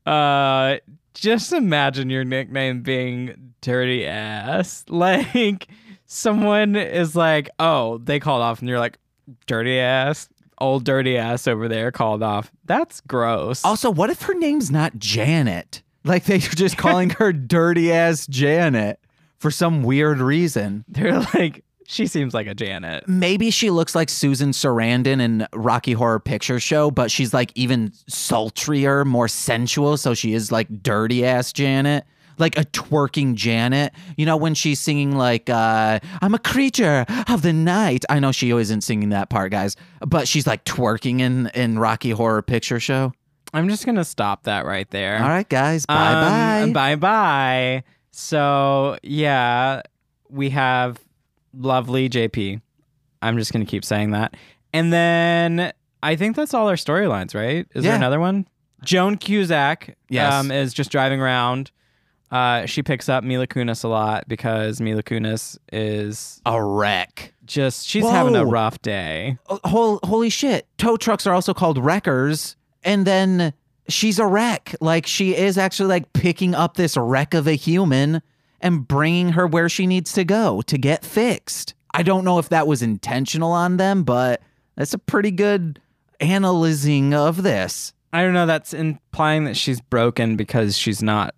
Speaker 2: Uh, just imagine your nickname being dirty ass. Like someone is like, oh, they called off, and you're like, dirty ass, old dirty ass over there called off. That's gross.
Speaker 1: Also, what if her name's not Janet? Like they're just calling her dirty ass Janet for some weird reason.
Speaker 2: They're like, she seems like a Janet.
Speaker 1: Maybe she looks like Susan Sarandon in Rocky Horror Picture Show, but she's like even sultrier, more sensual. So she is like dirty ass Janet, like a twerking Janet. You know, when she's singing, like, uh, I'm a creature of the night. I know she isn't singing that part, guys, but she's like twerking in, in Rocky Horror Picture Show.
Speaker 2: I'm just gonna stop that right there.
Speaker 1: All right, guys. Bye bye.
Speaker 2: Um, Bye bye. So yeah, we have lovely JP. I'm just gonna keep saying that. And then I think that's all our storylines, right? Is
Speaker 1: Yeah.
Speaker 2: there another one? Joan Cusack
Speaker 1: Yes.
Speaker 2: um, is just driving around. Uh, she picks up Mila Kunis a lot because Mila Kunis is
Speaker 1: A wreck.
Speaker 2: just she's having a
Speaker 1: Whoa.
Speaker 2: rough day.
Speaker 1: Oh, hol- holy shit. Tow trucks are also called wreckers. And then she's a wreck. Like she is actually like picking up this wreck of a human and bringing her where she needs to go to get fixed. I don't know if that was intentional on them, but that's a pretty good analyzing of this.
Speaker 2: I don't know. That's implying that she's broken because she's not,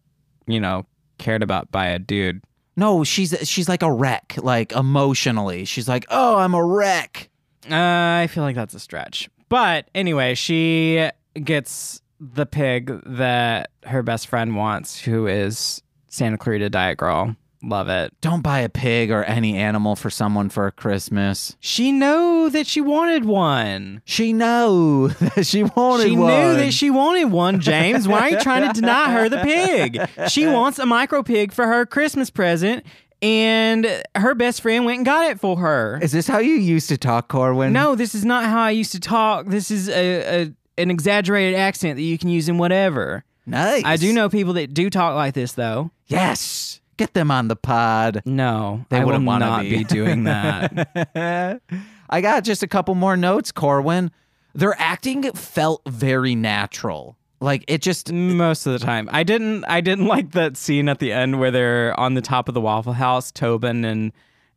Speaker 2: you know, cared about by a dude.
Speaker 1: No, she's she's like a wreck, like emotionally. She's like, "Oh, I'm a wreck."
Speaker 2: Uh, I feel like that's a stretch. But anyway, she gets the pig that her best friend wants, who is Santa Clarita Diet Girl. Love it.
Speaker 1: Don't buy a pig or any animal for someone for Christmas.
Speaker 2: She knows knew that she wanted one.
Speaker 1: She know that she wanted
Speaker 2: she
Speaker 1: one.
Speaker 2: knew that she wanted one, James. Why are you trying to deny her the pig? She wants a micro pig for her Christmas present, and her best friend went and got it for her.
Speaker 1: Is this how you used to talk, Corwin?
Speaker 2: No, this is not how I used to talk. This is a, a an exaggerated accent that you can use in whatever.
Speaker 1: Nice.
Speaker 2: I do know people that do talk like this, though.
Speaker 1: Yes. Get them on the pod.
Speaker 2: No,
Speaker 1: They
Speaker 2: I will
Speaker 1: wouldn't wanna
Speaker 2: not
Speaker 1: be.
Speaker 2: be doing that.
Speaker 1: I got just a couple more notes, Corwin. Their acting felt very natural. Like it just
Speaker 2: most of the time i didn't i didn't like that scene at the end where they're on the top of the waffle house tobin and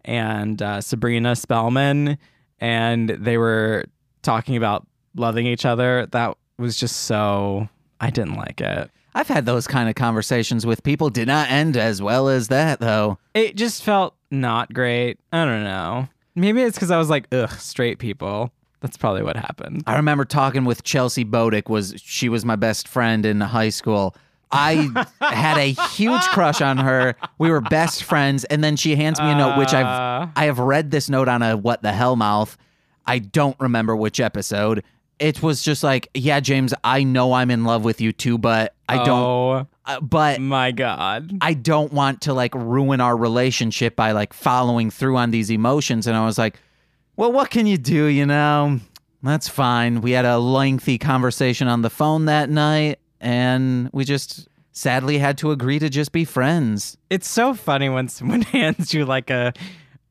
Speaker 2: and uh, sabrina spellman and they were talking about loving each other that was just so i didn't like it
Speaker 1: I've had those kind of conversations with people. Did not end as well as that though.
Speaker 2: it just felt not great i don't know maybe it's because i was like ugh straight people that's probably what happened
Speaker 1: I remember talking with Chelsea Bodick was she was my best friend in high school. I had a huge crush on her. We were best friends and then she hands me a note which I've
Speaker 2: Uh,
Speaker 1: I have read this note on a what the hell mouth. I don't remember which episode. It was just like, yeah, James, I know I'm in love with you too, but I don't
Speaker 2: oh
Speaker 1: uh, but
Speaker 2: my god
Speaker 1: I don't want to like ruin our relationship by like following through on these emotions and I was like, well, what can you do, you know? That's fine. We had a lengthy conversation on the phone that night and we just sadly had to agree to just be friends.
Speaker 2: It's so funny when someone hands you like a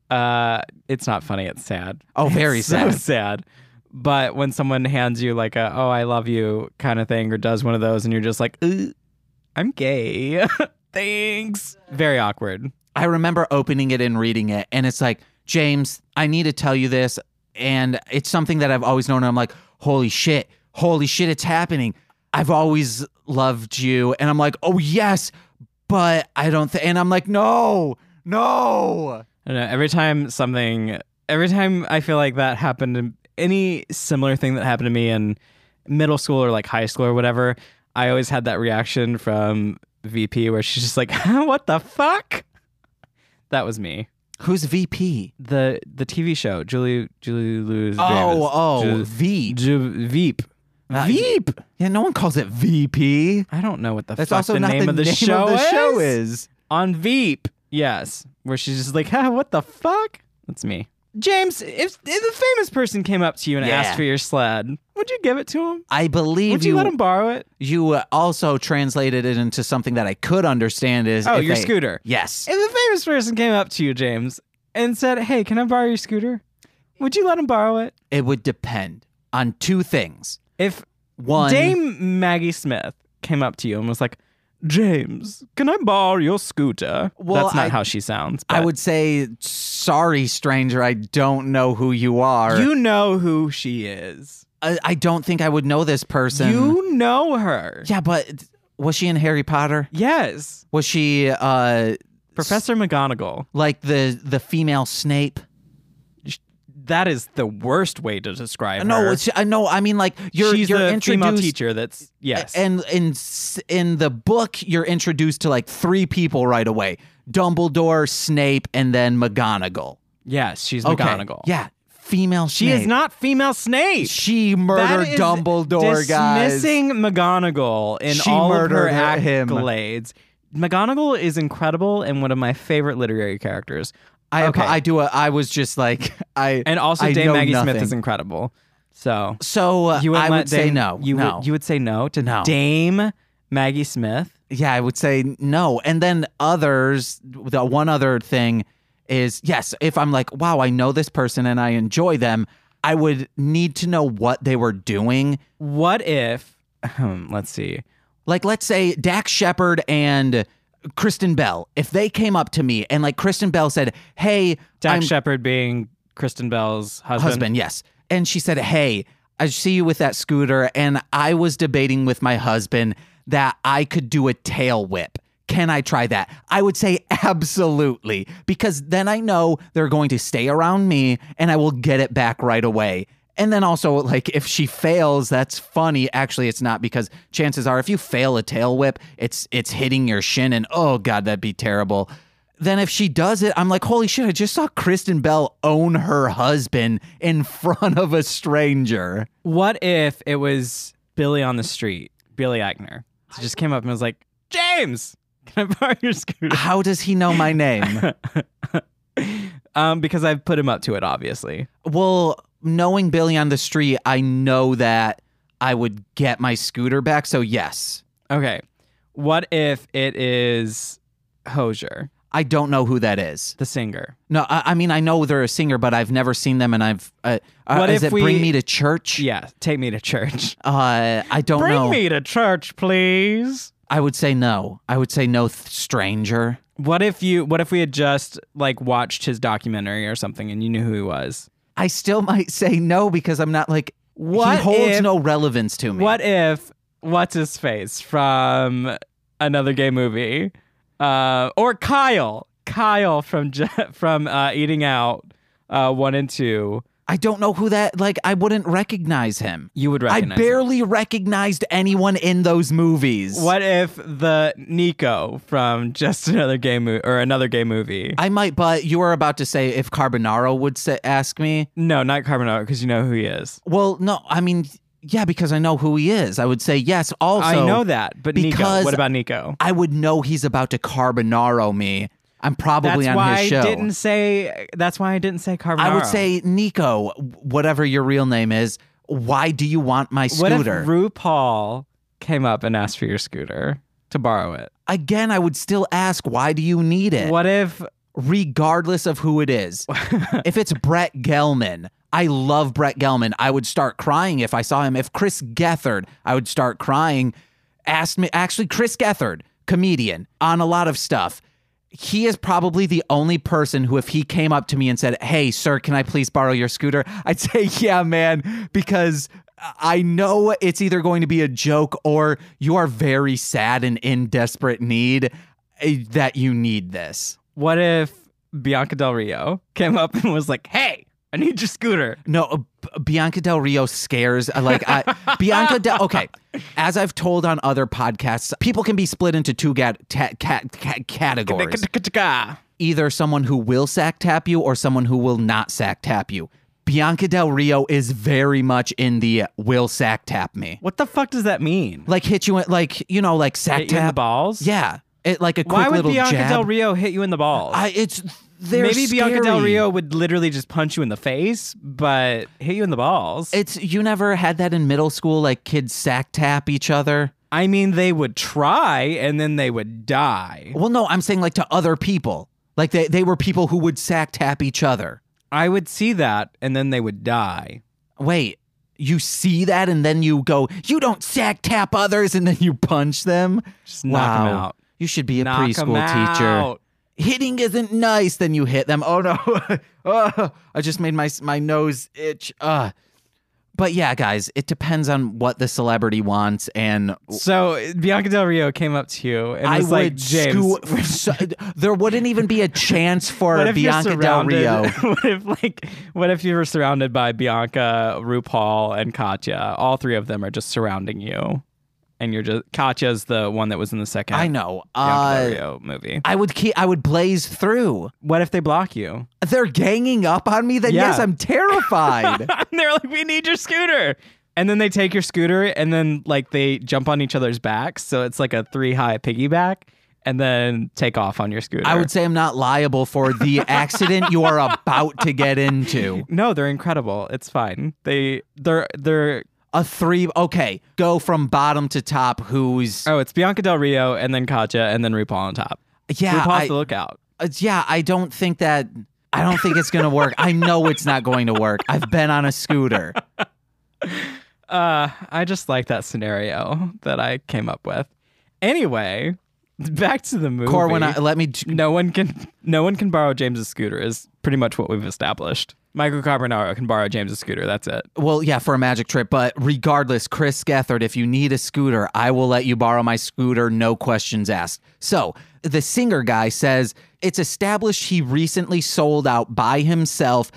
Speaker 2: uh it's not funny, it's sad.
Speaker 1: Oh, very
Speaker 2: It's so
Speaker 1: sad.
Speaker 2: sad. But when someone hands you like a oh I love you kind of thing or does one of those and you're just like "Ugh, I'm gay. Thanks. Very awkward.
Speaker 1: I remember opening it and reading it, and it's like, James, I need to tell you this. And it's something that I've always known. And I'm like, holy shit, holy shit, it's happening. I've always loved you. And I'm like, oh, yes, but I don't think. And I'm like, no, no.
Speaker 2: I don't know. Every time something every time I feel like that happened to any similar thing that happened to me in middle school or like high school or whatever, I always had that reaction from VP where she's just like, "What the fuck?" That was me.
Speaker 1: Who's VP?
Speaker 2: the the TV show Julie Julie Louis
Speaker 1: Oh, oh,
Speaker 2: Davis.
Speaker 1: V.
Speaker 2: Ju- Ju- Veep
Speaker 1: Uh,
Speaker 2: Veep.
Speaker 1: Yeah, no one calls it VP.
Speaker 2: I don't know what the
Speaker 1: That's
Speaker 2: fuck
Speaker 1: also
Speaker 2: the
Speaker 1: not
Speaker 2: name
Speaker 1: the
Speaker 2: of the
Speaker 1: name
Speaker 2: show
Speaker 1: of the
Speaker 2: is.
Speaker 1: show is.
Speaker 2: on Veep. Yes, where she's just like, "Huh, what the fuck?" That's me. James, if, if a famous person came up to you and
Speaker 1: Yeah.
Speaker 2: asked for your sled, would you give it to him?
Speaker 1: I believe
Speaker 2: Would you, let him borrow it?
Speaker 1: you, uh, also translated it into something that I could understand is
Speaker 2: Oh,
Speaker 1: if
Speaker 2: your
Speaker 1: they-
Speaker 2: scooter.
Speaker 1: Yes.
Speaker 2: If a famous person came up to you, James, and said, "Hey, can I borrow your scooter?" Would you let him borrow it?
Speaker 1: it would depend on two things.
Speaker 2: If
Speaker 1: One,
Speaker 2: Dame Maggie Smith came up to you and was like, James, can I borrow your scooter?
Speaker 1: Well,
Speaker 2: That's not
Speaker 1: I-
Speaker 2: how she sounds.
Speaker 1: I
Speaker 2: but
Speaker 1: would say, sorry, stranger, I don't know who you are.
Speaker 2: You know who she is.
Speaker 1: I, I don't think I would know this person.
Speaker 2: You know her.
Speaker 1: Yeah, but was she in Harry Potter?
Speaker 2: Yes.
Speaker 1: Was she uh
Speaker 2: Professor McGonagall.
Speaker 1: like the the female Snape?
Speaker 2: That is the worst way to describe her.
Speaker 1: No, it's, I no, I mean like you're
Speaker 2: she's
Speaker 1: you're
Speaker 2: the female
Speaker 1: introduced
Speaker 2: teacher. That's yes.
Speaker 1: And in s- in the book, you're introduced to like three people right away: Dumbledore, Snape, and then McGonagall.
Speaker 2: yes, she's
Speaker 1: Okay.
Speaker 2: McGonagall.
Speaker 1: Yeah, female.
Speaker 2: She
Speaker 1: Snape.
Speaker 2: is not female Snape.
Speaker 1: She
Speaker 2: That
Speaker 1: murdered
Speaker 2: is
Speaker 1: Dumbledore, guys.
Speaker 2: Dismissing McGonagall in
Speaker 1: She
Speaker 2: all
Speaker 1: murdered
Speaker 2: of her
Speaker 1: him.
Speaker 2: accolades. McGonagall is incredible and one of my favorite literary characters.
Speaker 1: I,
Speaker 2: Okay.
Speaker 1: I do. A, I was just like I.
Speaker 2: And also,
Speaker 1: I
Speaker 2: Dame
Speaker 1: know
Speaker 2: Maggie
Speaker 1: nothing.
Speaker 2: Smith is incredible. So
Speaker 1: so uh,
Speaker 2: you would
Speaker 1: I
Speaker 2: let
Speaker 1: would say
Speaker 2: Dame-
Speaker 1: no.
Speaker 2: You
Speaker 1: no.
Speaker 2: would you would say no to
Speaker 1: No.
Speaker 2: Dame Maggie Smith.
Speaker 1: yeah, I would say no. And then others. The one other thing is yes. If I'm like, wow, I know this person and I enjoy them, I would need to know what they were doing.
Speaker 2: What if? Um, let's see.
Speaker 1: Like, let's say Dax Shepard and Kristen Bell. If they came up to me and like Kristen Bell said, "Hey, I'm
Speaker 2: Dax Shepard being Kristen Bell's husband.
Speaker 1: husband, yes. And she said, Hey, I see you with that scooter. And I was debating with my husband that I could do a tail whip. Can I try that? I would say absolutely, because then I know they're going to stay around me and I will get it back right away. And then also, like, if she fails, that's funny. Actually, it's not because chances are, if you fail a tail whip, it's it's hitting your shin, and oh god, that'd be terrible then if she does it, I'm like, holy shit, I just saw Kristen Bell own her husband in front of a stranger.
Speaker 2: What if it was Billy on the street, Billy Eichner? So just came up and was like, James, can I borrow your scooter?
Speaker 1: How does he know my name?
Speaker 2: um, because I've put him up to it, obviously.
Speaker 1: Well, knowing Billy on the street, I know that I would get my scooter back. So, yes,
Speaker 2: Okay. What if it is Hosier,
Speaker 1: I don't know who that is.
Speaker 2: the singer?
Speaker 1: No, I, I mean, I know they're a singer, but I've never seen them. And I've, uh, uh,
Speaker 2: What
Speaker 1: is
Speaker 2: if
Speaker 1: it Bring
Speaker 2: we-
Speaker 1: Me to Church?
Speaker 2: Yeah, take me to church.
Speaker 1: Uh, I don't
Speaker 2: Bring
Speaker 1: know.
Speaker 2: me to church, please.
Speaker 1: I would say no. I would say no, th- stranger.
Speaker 2: What if you what if we had just like watched his documentary or something and you knew who he was?
Speaker 1: I still might say no because I'm not like,
Speaker 2: What
Speaker 1: he holds
Speaker 2: if-
Speaker 1: no relevance to me.
Speaker 2: What if what's his face from another gay movie, uh, or Kyle, Kyle from Je- from uh, Eating Out, uh, one and two?
Speaker 1: I don't know who that, like, I wouldn't recognize him.
Speaker 2: You would
Speaker 1: I
Speaker 2: recognize. him.
Speaker 1: barely recognized anyone in those movies.
Speaker 2: What if the Nico from just another gay movie or another gay movie?
Speaker 1: I might, but you were about to say if Carbonaro would say, ask me.
Speaker 2: no, not Carbonaro because you know who he is.
Speaker 1: Well, no, I mean, yeah, because I know who he is. I would say yes. Also,
Speaker 2: I know that, but Nico.
Speaker 1: Oh, because
Speaker 2: What about Nico?
Speaker 1: I would know he's about to Carbonaro me. I'm probably
Speaker 2: That's
Speaker 1: on
Speaker 2: why
Speaker 1: his show.
Speaker 2: I didn't say. That's why I didn't say Carbonaro.
Speaker 1: I would say Nico, whatever your real name is. Why do you want my
Speaker 2: What if
Speaker 1: scooter?
Speaker 2: RuPaul came up and asked for your scooter to borrow it?
Speaker 1: Again, I would still ask, why do you need it?
Speaker 2: What if
Speaker 1: Regardless of who it is. if it's Brett Gelman, I love Brett Gelman. I would start crying if I saw him. If Chris Gethard, I would start crying. Asked me actually Chris Gethard, comedian on a lot of stuff. He is probably the only person who, if he came up to me and said, Hey, sir, can I please borrow your scooter? I'd say, Yeah, man, because I know it's either going to be a joke or you are very sad and in desperate need eh, that you need this.
Speaker 2: what if Bianca Del Rio came up and was like, "Hey, I need your scooter."
Speaker 1: No, uh, B- Bianca Del Rio scares uh, like I, Bianca Del. Okay, as I've told on other podcasts, people can be split into two gat, ta, cat, cat, categories: either someone who will sack tap you or someone who will not sack tap you. Bianca Del Rio is very much in the uh, will sack tap me,
Speaker 2: What the fuck does that mean?
Speaker 1: like hit you in, like you know, like sack
Speaker 2: Hit you in the
Speaker 1: tap.
Speaker 2: balls?
Speaker 1: Yeah, it, like a quick
Speaker 2: Why would
Speaker 1: little
Speaker 2: Bianca
Speaker 1: jab.
Speaker 2: Del Rio hit you in the balls?
Speaker 1: I, it's they're
Speaker 2: Maybe Bianca Del
Speaker 1: scary.
Speaker 2: Rio would literally just punch you in the face, but hit you in the balls.
Speaker 1: It's you never had that in middle school, like kids sack tap each other.
Speaker 2: I mean, they would try and then they would die.
Speaker 1: Well, no, I'm saying like to other people. Like they, they were people who would sack tap each other.
Speaker 2: I would see that and then they would die.
Speaker 1: Wait, you see that and then you go, you don't sack tap others and then you punch them?
Speaker 2: Just knock 'em out.
Speaker 1: You should be a
Speaker 2: Knock 'em
Speaker 1: preschool teacher.
Speaker 2: out.
Speaker 1: Hitting isn't nice, then you hit them. Oh no. oh, I just made my my nose itch. Uh. But yeah, guys, it depends on what the celebrity wants and
Speaker 2: So Bianca Del Rio came up to you and
Speaker 1: I
Speaker 2: was like,
Speaker 1: would
Speaker 2: James,
Speaker 1: scoo- so- there wouldn't even be a chance for
Speaker 2: what if
Speaker 1: Bianca
Speaker 2: you're
Speaker 1: Del
Speaker 2: surrounded?
Speaker 1: Rio.
Speaker 2: What if like, what if you were surrounded by Bianca, RuPaul, and Katya? All three of them are just surrounding you, and you're just Katya's the one that was in the second
Speaker 1: I know.
Speaker 2: Bianca Del
Speaker 1: Uh,
Speaker 2: Rio movie.
Speaker 1: I would keep. I would blaze through.
Speaker 2: What if they block you?
Speaker 1: They're ganging up on me. Then
Speaker 2: Yeah.
Speaker 1: yes, I'm terrified.
Speaker 2: and they're like, "We need your scooter." And then they take your scooter, and then like they jump on each other's backs, so it's like a three high piggyback, and then take off on your scooter.
Speaker 1: I would say I'm not liable for the accident you are about to get into.
Speaker 2: No, they're incredible. It's fine. They they're they're
Speaker 1: A three. Okay, go from bottom to top. Who's
Speaker 2: oh, it's Bianca Del Rio, and then Katya, and then RuPaul on top.
Speaker 1: yeah?
Speaker 2: RuPaul's
Speaker 1: I,
Speaker 2: the lookout.
Speaker 1: uh, yeah. I don't think that. I don't think it's gonna work. I know it's not going to work. I've been on a scooter.
Speaker 2: Uh, I just like that scenario that I came up with. Anyway, back to the movie.
Speaker 1: Corwin, I, let me.
Speaker 2: no one can no one can borrow James's scooter is pretty much what we've established. Michael Carbonaro can borrow James's scooter. That's it.
Speaker 1: Well, yeah, for a magic trip, but regardless, Chris Gethard, if you need a scooter, I will let you borrow my scooter, no questions asked. So the singer guy says it's established he recently sold out by himself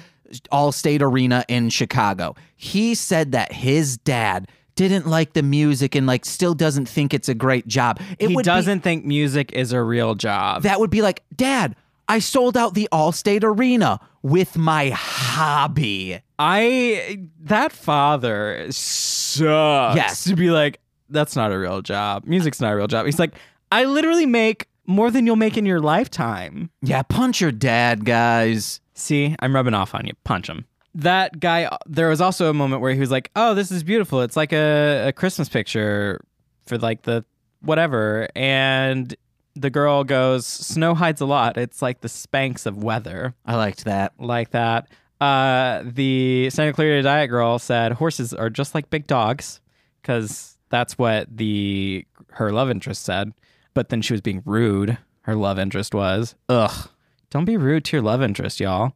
Speaker 1: Allstate Arena in Chicago. He said that his dad didn't like the music and like still doesn't think it's a great job. It
Speaker 2: he
Speaker 1: would be-
Speaker 2: doesn't think music is a real job.
Speaker 1: that would be like, Dad, I sold out the Allstate Arena with my hobby.
Speaker 2: I that father sucks.
Speaker 1: Yes.
Speaker 2: to be like that's not a real job. Music's not a real job. He's like, I literally make more than you'll make in your lifetime.
Speaker 1: Yeah, punch your dad, guys.
Speaker 2: See, I'm rubbing off on you. Punch him. That guy. There was also a moment where he was like, "Oh, this is beautiful. It's like a, a Christmas picture for like the whatever." And the girl goes, "Snow hides a lot. It's like the Spanx of weather."
Speaker 1: I liked that.
Speaker 2: like that. Uh, the Santa Clarita Diet girl said horses are just like big dogs because that's what the her love interest said. But then she was being rude. Her love interest was ugh. Don't be rude to your love interest, y'all.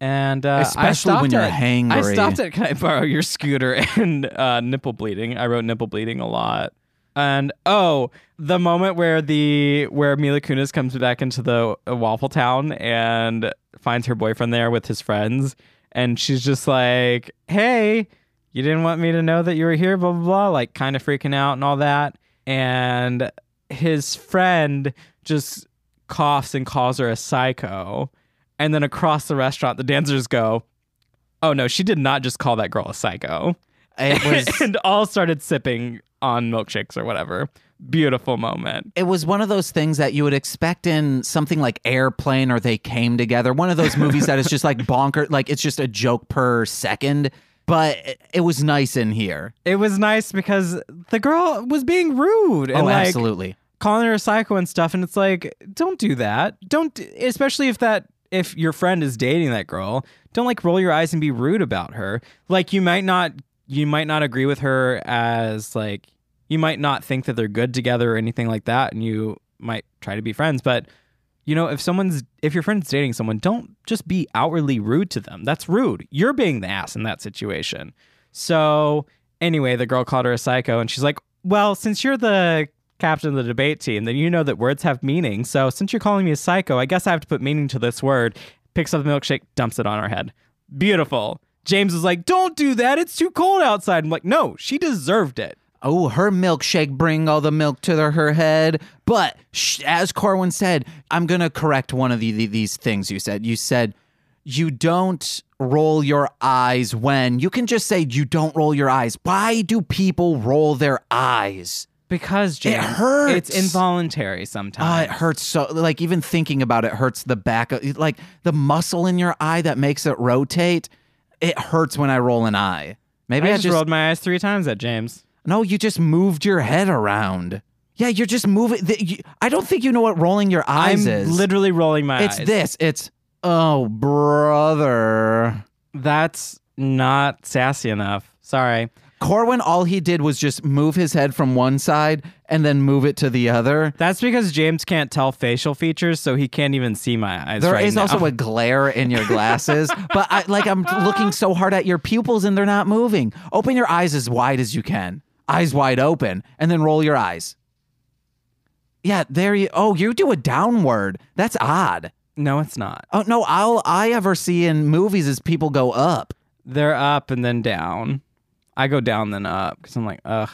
Speaker 2: And uh, I
Speaker 1: Especially when
Speaker 2: stopped
Speaker 1: you're
Speaker 2: at- I
Speaker 1: hangry.
Speaker 2: stopped at can I borrow your scooter and uh, nipple bleeding. I wrote nipple bleeding a lot. And oh, the moment where the where Mila Kunis comes back into the uh, Waffle Town and finds her boyfriend there with his friends, and she's just like, "Hey, you didn't want me to know that you were here," blah blah blah, like kind of freaking out and all that. And his friend just coughs and calls her a psycho. And then across the restaurant, the dancers go, "Oh no, she did not just call that girl a psycho."
Speaker 1: It was
Speaker 2: and all started sipping on milkshakes or whatever. Beautiful moment.
Speaker 1: it was one of those things that you would expect in something like Airplane or They Came Together, one of those movies that is just like bonker, like it's just a joke per second. But it- it was nice in here.
Speaker 2: It was nice because the girl was being rude and
Speaker 1: oh,
Speaker 2: like
Speaker 1: absolutely.
Speaker 2: calling her a psycho and stuff. And it's like, don't do that. Don't, d- especially if that if your friend is dating that girl. Don't like roll your eyes and be rude about her. Like you might not you might not agree with her as like you might not think that they're good together or anything like that, and you might try to be friends, but. You know, if someone's if your friend's dating someone, don't just be outwardly rude to them. That's rude. You're being the ass in that situation. So anyway, the girl called her a psycho, and she's like, "Well, since you're the captain of the debate team, then you know that words have meaning. So since you're calling me a psycho, I guess I have to put meaning to this word." Picks up the milkshake, dumps it on her head. Beautiful. James was like, "Don't do that. It's too cold outside." I'm like, "No, she deserved it."
Speaker 1: Oh, her milkshake bring all the milk to the- her head. But sh- as Corwin said, I'm going to correct one of the, the- these things you said. You said you don't roll your eyes when you can just say you don't roll your eyes. Why do people roll their eyes?
Speaker 2: Because James,
Speaker 1: hurts.
Speaker 2: It's involuntary
Speaker 1: Uh,
Speaker 2: sometimes.
Speaker 1: it hurts so like even thinking about it hurts the back of like the muscle in your eye that makes it rotate. It hurts when I roll an eye. Maybe
Speaker 2: I
Speaker 1: I,
Speaker 2: just rolled my eyes three times at James.
Speaker 1: No, you just moved your head around. Yeah, you're just moving. The, you, I don't think you know what rolling your eyes
Speaker 2: I'm
Speaker 1: is.
Speaker 2: literally rolling my
Speaker 1: it's
Speaker 2: eyes.
Speaker 1: this. It's oh brother.
Speaker 2: That's not sassy enough. Sorry.
Speaker 1: Corwin, all he did was just move his head from one side and then move it to the other.
Speaker 2: That's because James can't tell facial features, so he can't even see my eyes.
Speaker 1: There is
Speaker 2: right now.
Speaker 1: also a glare in your glasses, but I, like I'm looking so hard at your pupils and they're not moving. Open your eyes as wide as you can, eyes wide open, and then roll your eyes. Yeah, there you. Oh, you do a downward. That's odd.
Speaker 2: no, it's not.
Speaker 1: Oh no, all I ever see in movies is people go up.
Speaker 2: They're up and then down. I go down then up because I'm like ugh,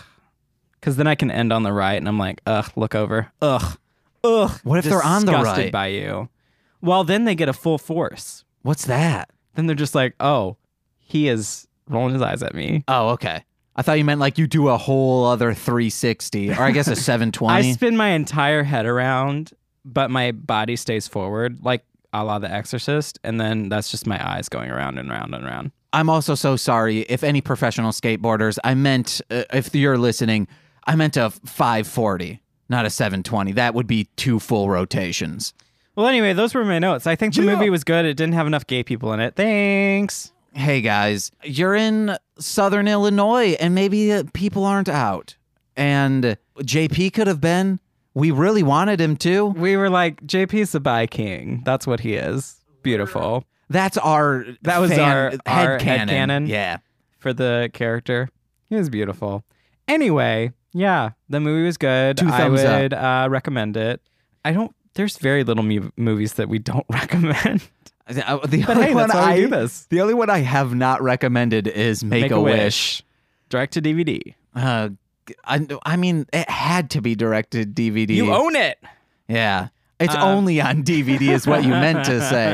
Speaker 2: because then I can end on the right and I'm like ugh, look over, ugh, ugh.
Speaker 1: What if they're on the
Speaker 2: Disgusted
Speaker 1: right?
Speaker 2: by you. Well, then they get a full force.
Speaker 1: What's that?
Speaker 2: Then they're just like, oh, he is rolling his eyes at me.
Speaker 1: Oh, okay. I thought you meant like you do a whole other 360, or I guess a 720.
Speaker 2: I spin my entire head around, but my body stays forward, like a la The Exorcist, and then that's just my eyes going around and around and around.
Speaker 1: I'm also so sorry if any professional skateboarders. I meant uh, if you're listening, I meant a 540, not a 720. That would be two full rotations.
Speaker 2: Well, anyway, those were my notes. I think the movie was good. It didn't have enough gay people in it. Thanks.
Speaker 1: Hey guys, you're in Southern Illinois, and maybe uh, people aren't out. And JP could have been. We really wanted him to.
Speaker 2: We were like, JP's the bi king. That's what he is. Beautiful
Speaker 1: That's our
Speaker 2: That was
Speaker 1: fan-
Speaker 2: our-
Speaker 1: head
Speaker 2: our
Speaker 1: cannon.
Speaker 2: headcanon.
Speaker 1: Yeah.
Speaker 2: for the character. He was beautiful. Anyway, yeah, the movie was good.
Speaker 1: Two
Speaker 2: I
Speaker 1: thumbs up.
Speaker 2: would Uh, recommend it. I don't. There's very little mu- movies that we don't recommend.
Speaker 1: The uh, the
Speaker 2: But
Speaker 1: only
Speaker 2: hey,
Speaker 1: one
Speaker 2: that's why
Speaker 1: I
Speaker 2: we do this.
Speaker 1: the only one I have not recommended is Make, a, Wish.
Speaker 2: Direct to DVD.
Speaker 1: Uh, I, I mean, it had to be directed DVD.
Speaker 2: You own it.
Speaker 1: yeah. It's
Speaker 2: Um,
Speaker 1: only on DVD, is what you meant to say.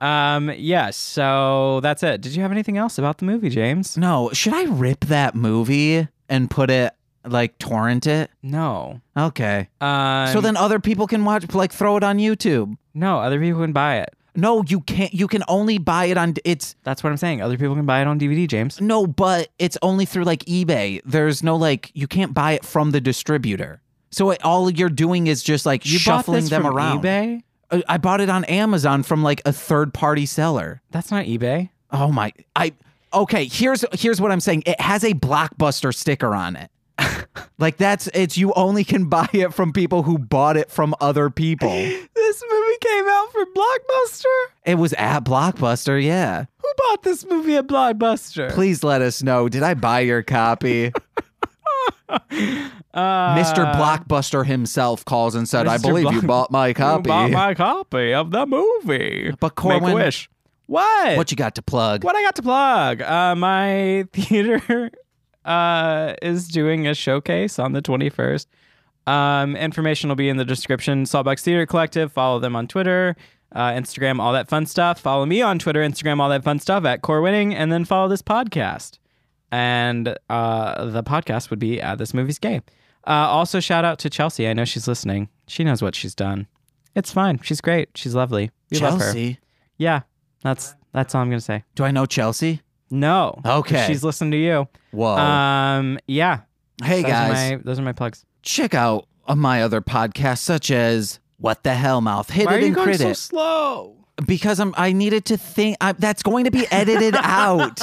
Speaker 2: um, yeah, so that's it. Did you have anything else about the movie, James?
Speaker 1: No, should I rip that movie and put it like torrent it?
Speaker 2: No.
Speaker 1: Okay.
Speaker 2: Um,
Speaker 1: so then other people can watch, like throw it on YouTube.
Speaker 2: no, other people can buy it.
Speaker 1: No, you can't. You can only buy it on. It's
Speaker 2: That's what I'm saying. Other people can buy it on DVD, James.
Speaker 1: no, but it's only through like eBay. There's no like you can't buy it from the distributor. So it, all you're doing is just like
Speaker 2: You bought
Speaker 1: shuffling
Speaker 2: this
Speaker 1: them
Speaker 2: from
Speaker 1: around.
Speaker 2: eBay?
Speaker 1: Uh, I bought it on Amazon from like a third party seller.
Speaker 2: That's not eBay.
Speaker 1: Oh my! I okay. Here's here's what I'm saying. It has a blockbuster sticker on it. like that's it's you only can buy it from people who bought it from other people.
Speaker 2: This movie came out for Blockbuster.
Speaker 1: it was at Blockbuster. Yeah.
Speaker 2: Who bought this movie at Blockbuster?
Speaker 1: Please let us know. Did I buy your copy?
Speaker 2: Uh,
Speaker 1: Mr. Blockbuster himself calls and said, "I
Speaker 2: Mr.
Speaker 1: believe you bought
Speaker 2: Block-
Speaker 1: my copy."
Speaker 2: my copy of the movie?
Speaker 1: But Corwin-
Speaker 2: wish. What?
Speaker 1: what you got to plug?
Speaker 2: What I got to plug? Uh, my theater uh, is doing a showcase on the 21st. Um, information will be in the description. Saltbox Theater Collective. Follow them on Twitter, uh, Instagram, all that fun stuff. Follow me on Twitter, Instagram, all that fun stuff at Core Winning, and then follow this podcast. And uh, the podcast would be uh, This Movie's Gay. Uh, also, shout out to Chelsea. I know she's listening. She knows what she's done. It's fine. She's great. She's lovely. We love her.
Speaker 1: Chelsea?
Speaker 2: Yeah, that's that's all I'm gonna say.
Speaker 1: Do I know Chelsea?
Speaker 2: No.
Speaker 1: Okay.
Speaker 2: She's listening to you.
Speaker 1: Whoa!
Speaker 2: Um. Yeah.
Speaker 1: hey
Speaker 2: those
Speaker 1: guys.
Speaker 2: Are my, those are my plugs.
Speaker 1: check out uh, my other podcasts such as what the hell mouth hit it and crit it
Speaker 2: slow?
Speaker 1: because i'm i needed to think I, that's going to be edited out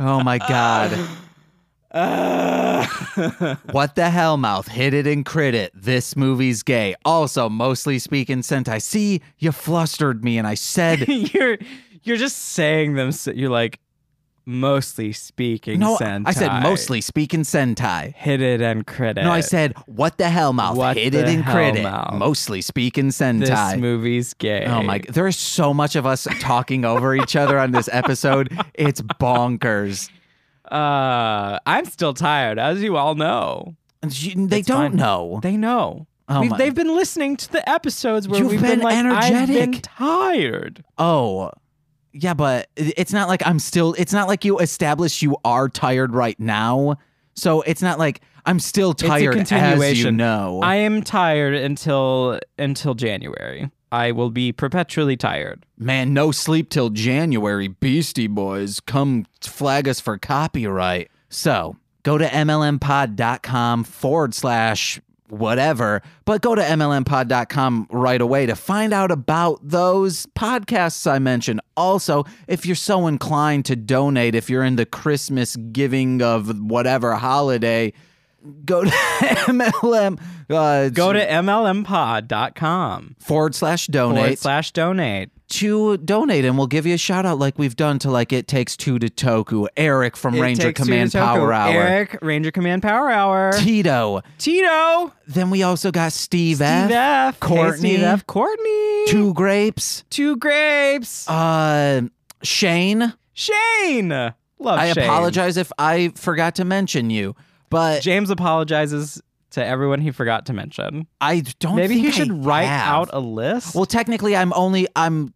Speaker 1: oh my god what the hell mouth hit it and crit it this movie's gay also mostly speaking sent i see you flustered me and i said
Speaker 2: you're you're just saying them. So you're like mostly speaking.
Speaker 1: no
Speaker 2: sentai.
Speaker 1: i said mostly speaking sentai
Speaker 2: Hit it and credit.
Speaker 1: no, I said, what the hell mouth,
Speaker 2: What
Speaker 1: hit it
Speaker 2: the
Speaker 1: and crit
Speaker 2: hell
Speaker 1: it.
Speaker 2: mouth.
Speaker 1: Mostly speaking Sentai.
Speaker 2: this movie's gay.
Speaker 1: Oh my! There's so much of us talking over each other on this episode. It's bonkers.
Speaker 2: Uh, I'm still tired, as you all know.
Speaker 1: And you- They
Speaker 2: It's
Speaker 1: don't
Speaker 2: fine.
Speaker 1: know.
Speaker 2: They know.
Speaker 1: Oh
Speaker 2: We've-
Speaker 1: my-
Speaker 2: They've been listening to the episodes where
Speaker 1: You've
Speaker 2: we've
Speaker 1: been
Speaker 2: like, I've been
Speaker 1: energetic.
Speaker 2: tired.
Speaker 1: Oh, yeah, but it- it's not like I'm still. It's not like you established you are tired right now. So it's not like I'm still tired. As you
Speaker 2: continuation.
Speaker 1: know,
Speaker 2: I am tired until until January. I will be perpetually tired.
Speaker 1: man, no sleep till January. Beastie Boys, come flag us for copyright. So go to mlmpod.com forward slash whatever, but go to mlmpod.com right away to find out about those podcasts I mentioned. Also, if you're so inclined to donate, if you're in the Christmas giving of whatever holiday, go to MLM. Uh,
Speaker 2: Go to mlmpod.com
Speaker 1: forward slash donate
Speaker 2: forward slash donate.
Speaker 1: to donate and we'll give you a shout out like we've done to like it takes two to toku eric from ranger command power hour
Speaker 2: Eric, Ranger Command Power Hour.
Speaker 1: tito
Speaker 2: Tito.
Speaker 1: then we also got steve,
Speaker 2: Steve
Speaker 1: f
Speaker 2: F. Hey,
Speaker 1: Courtney.
Speaker 2: Steve F. Courtney.
Speaker 1: two grapes
Speaker 2: Two grapes.
Speaker 1: uh shane
Speaker 2: Shane. Love
Speaker 1: i
Speaker 2: Shane.
Speaker 1: apologize if i forgot to mention you but
Speaker 2: James apologizes to everyone he forgot to mention.
Speaker 1: i don't
Speaker 2: Maybe he
Speaker 1: think
Speaker 2: should
Speaker 1: I
Speaker 2: write
Speaker 1: have.
Speaker 2: out a list.
Speaker 1: well technically i'm only i'm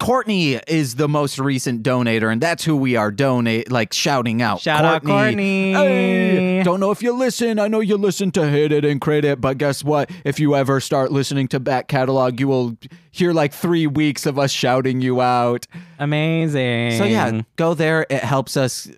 Speaker 1: courtney is the most recent donator and that's who we are donate like shouting out
Speaker 2: Shout out Courtney.
Speaker 1: Hey, don't know if you listen. I know you listen to Hit It and Credit, but guess what? If you ever start listening to back catalog, you will hear like three weeks of us shouting you out.
Speaker 2: Amazing.
Speaker 1: So yeah, go there. It helps us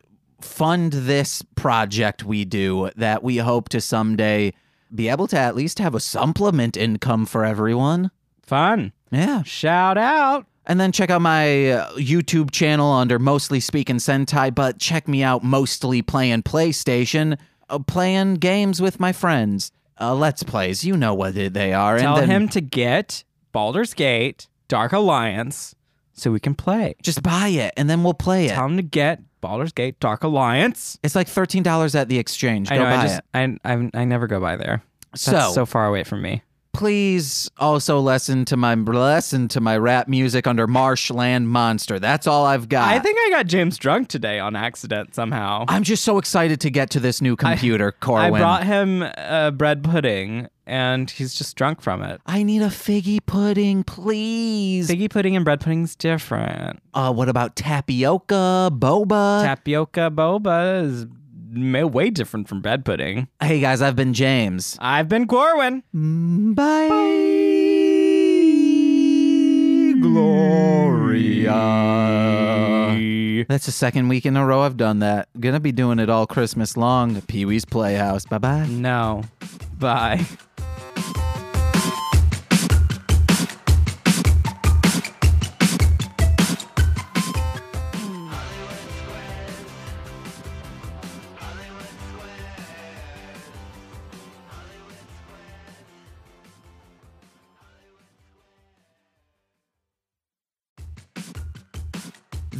Speaker 1: fund this project we do that we hope to someday be able to at least have a supplement income for everyone.
Speaker 2: Fun.
Speaker 1: Yeah.
Speaker 2: Shout out.
Speaker 1: And then check out my uh, YouTube channel under Mostly Speaking Sentai, but check me out mostly playing PlayStation, uh, playing games with my friends. Uh, let's plays, you know what it- they are.
Speaker 2: Tell
Speaker 1: and then
Speaker 2: him to get Baldur's Gate, Dark Alliance, so we can play.
Speaker 1: just buy it, and then we'll play it.
Speaker 2: Tell him to get Baldur's Gate, Dark Alliance.
Speaker 1: It's like thirteen dollars at the exchange. Go
Speaker 2: I know.
Speaker 1: buy
Speaker 2: I just.
Speaker 1: it.
Speaker 2: I, I. I never go by there. That's
Speaker 1: So,
Speaker 2: so far away from me.
Speaker 1: please also listen to my listen to my rap music under Marshland Monster. That's all I've got.
Speaker 2: I think I got James drunk today on accident somehow.
Speaker 1: I'm just so excited to get to this new computer, Corwin.
Speaker 2: I brought him a uh, bread pudding and he's just drunk from it.
Speaker 1: I need a figgy pudding, please.
Speaker 2: Figgy pudding and bread pudding's different.
Speaker 1: uh, what about tapioca, boba?
Speaker 2: Tapioca boba is ma- way different from bread pudding.
Speaker 1: hey guys, I've been James.
Speaker 2: I've been Corwin.
Speaker 1: Mm, Bye.
Speaker 2: Mm.
Speaker 1: Gloria. That's the second week in a row I've done that. Gonna be doing it all Christmas long. Pee Wee's Playhouse. Bye bye.
Speaker 2: No. Bye.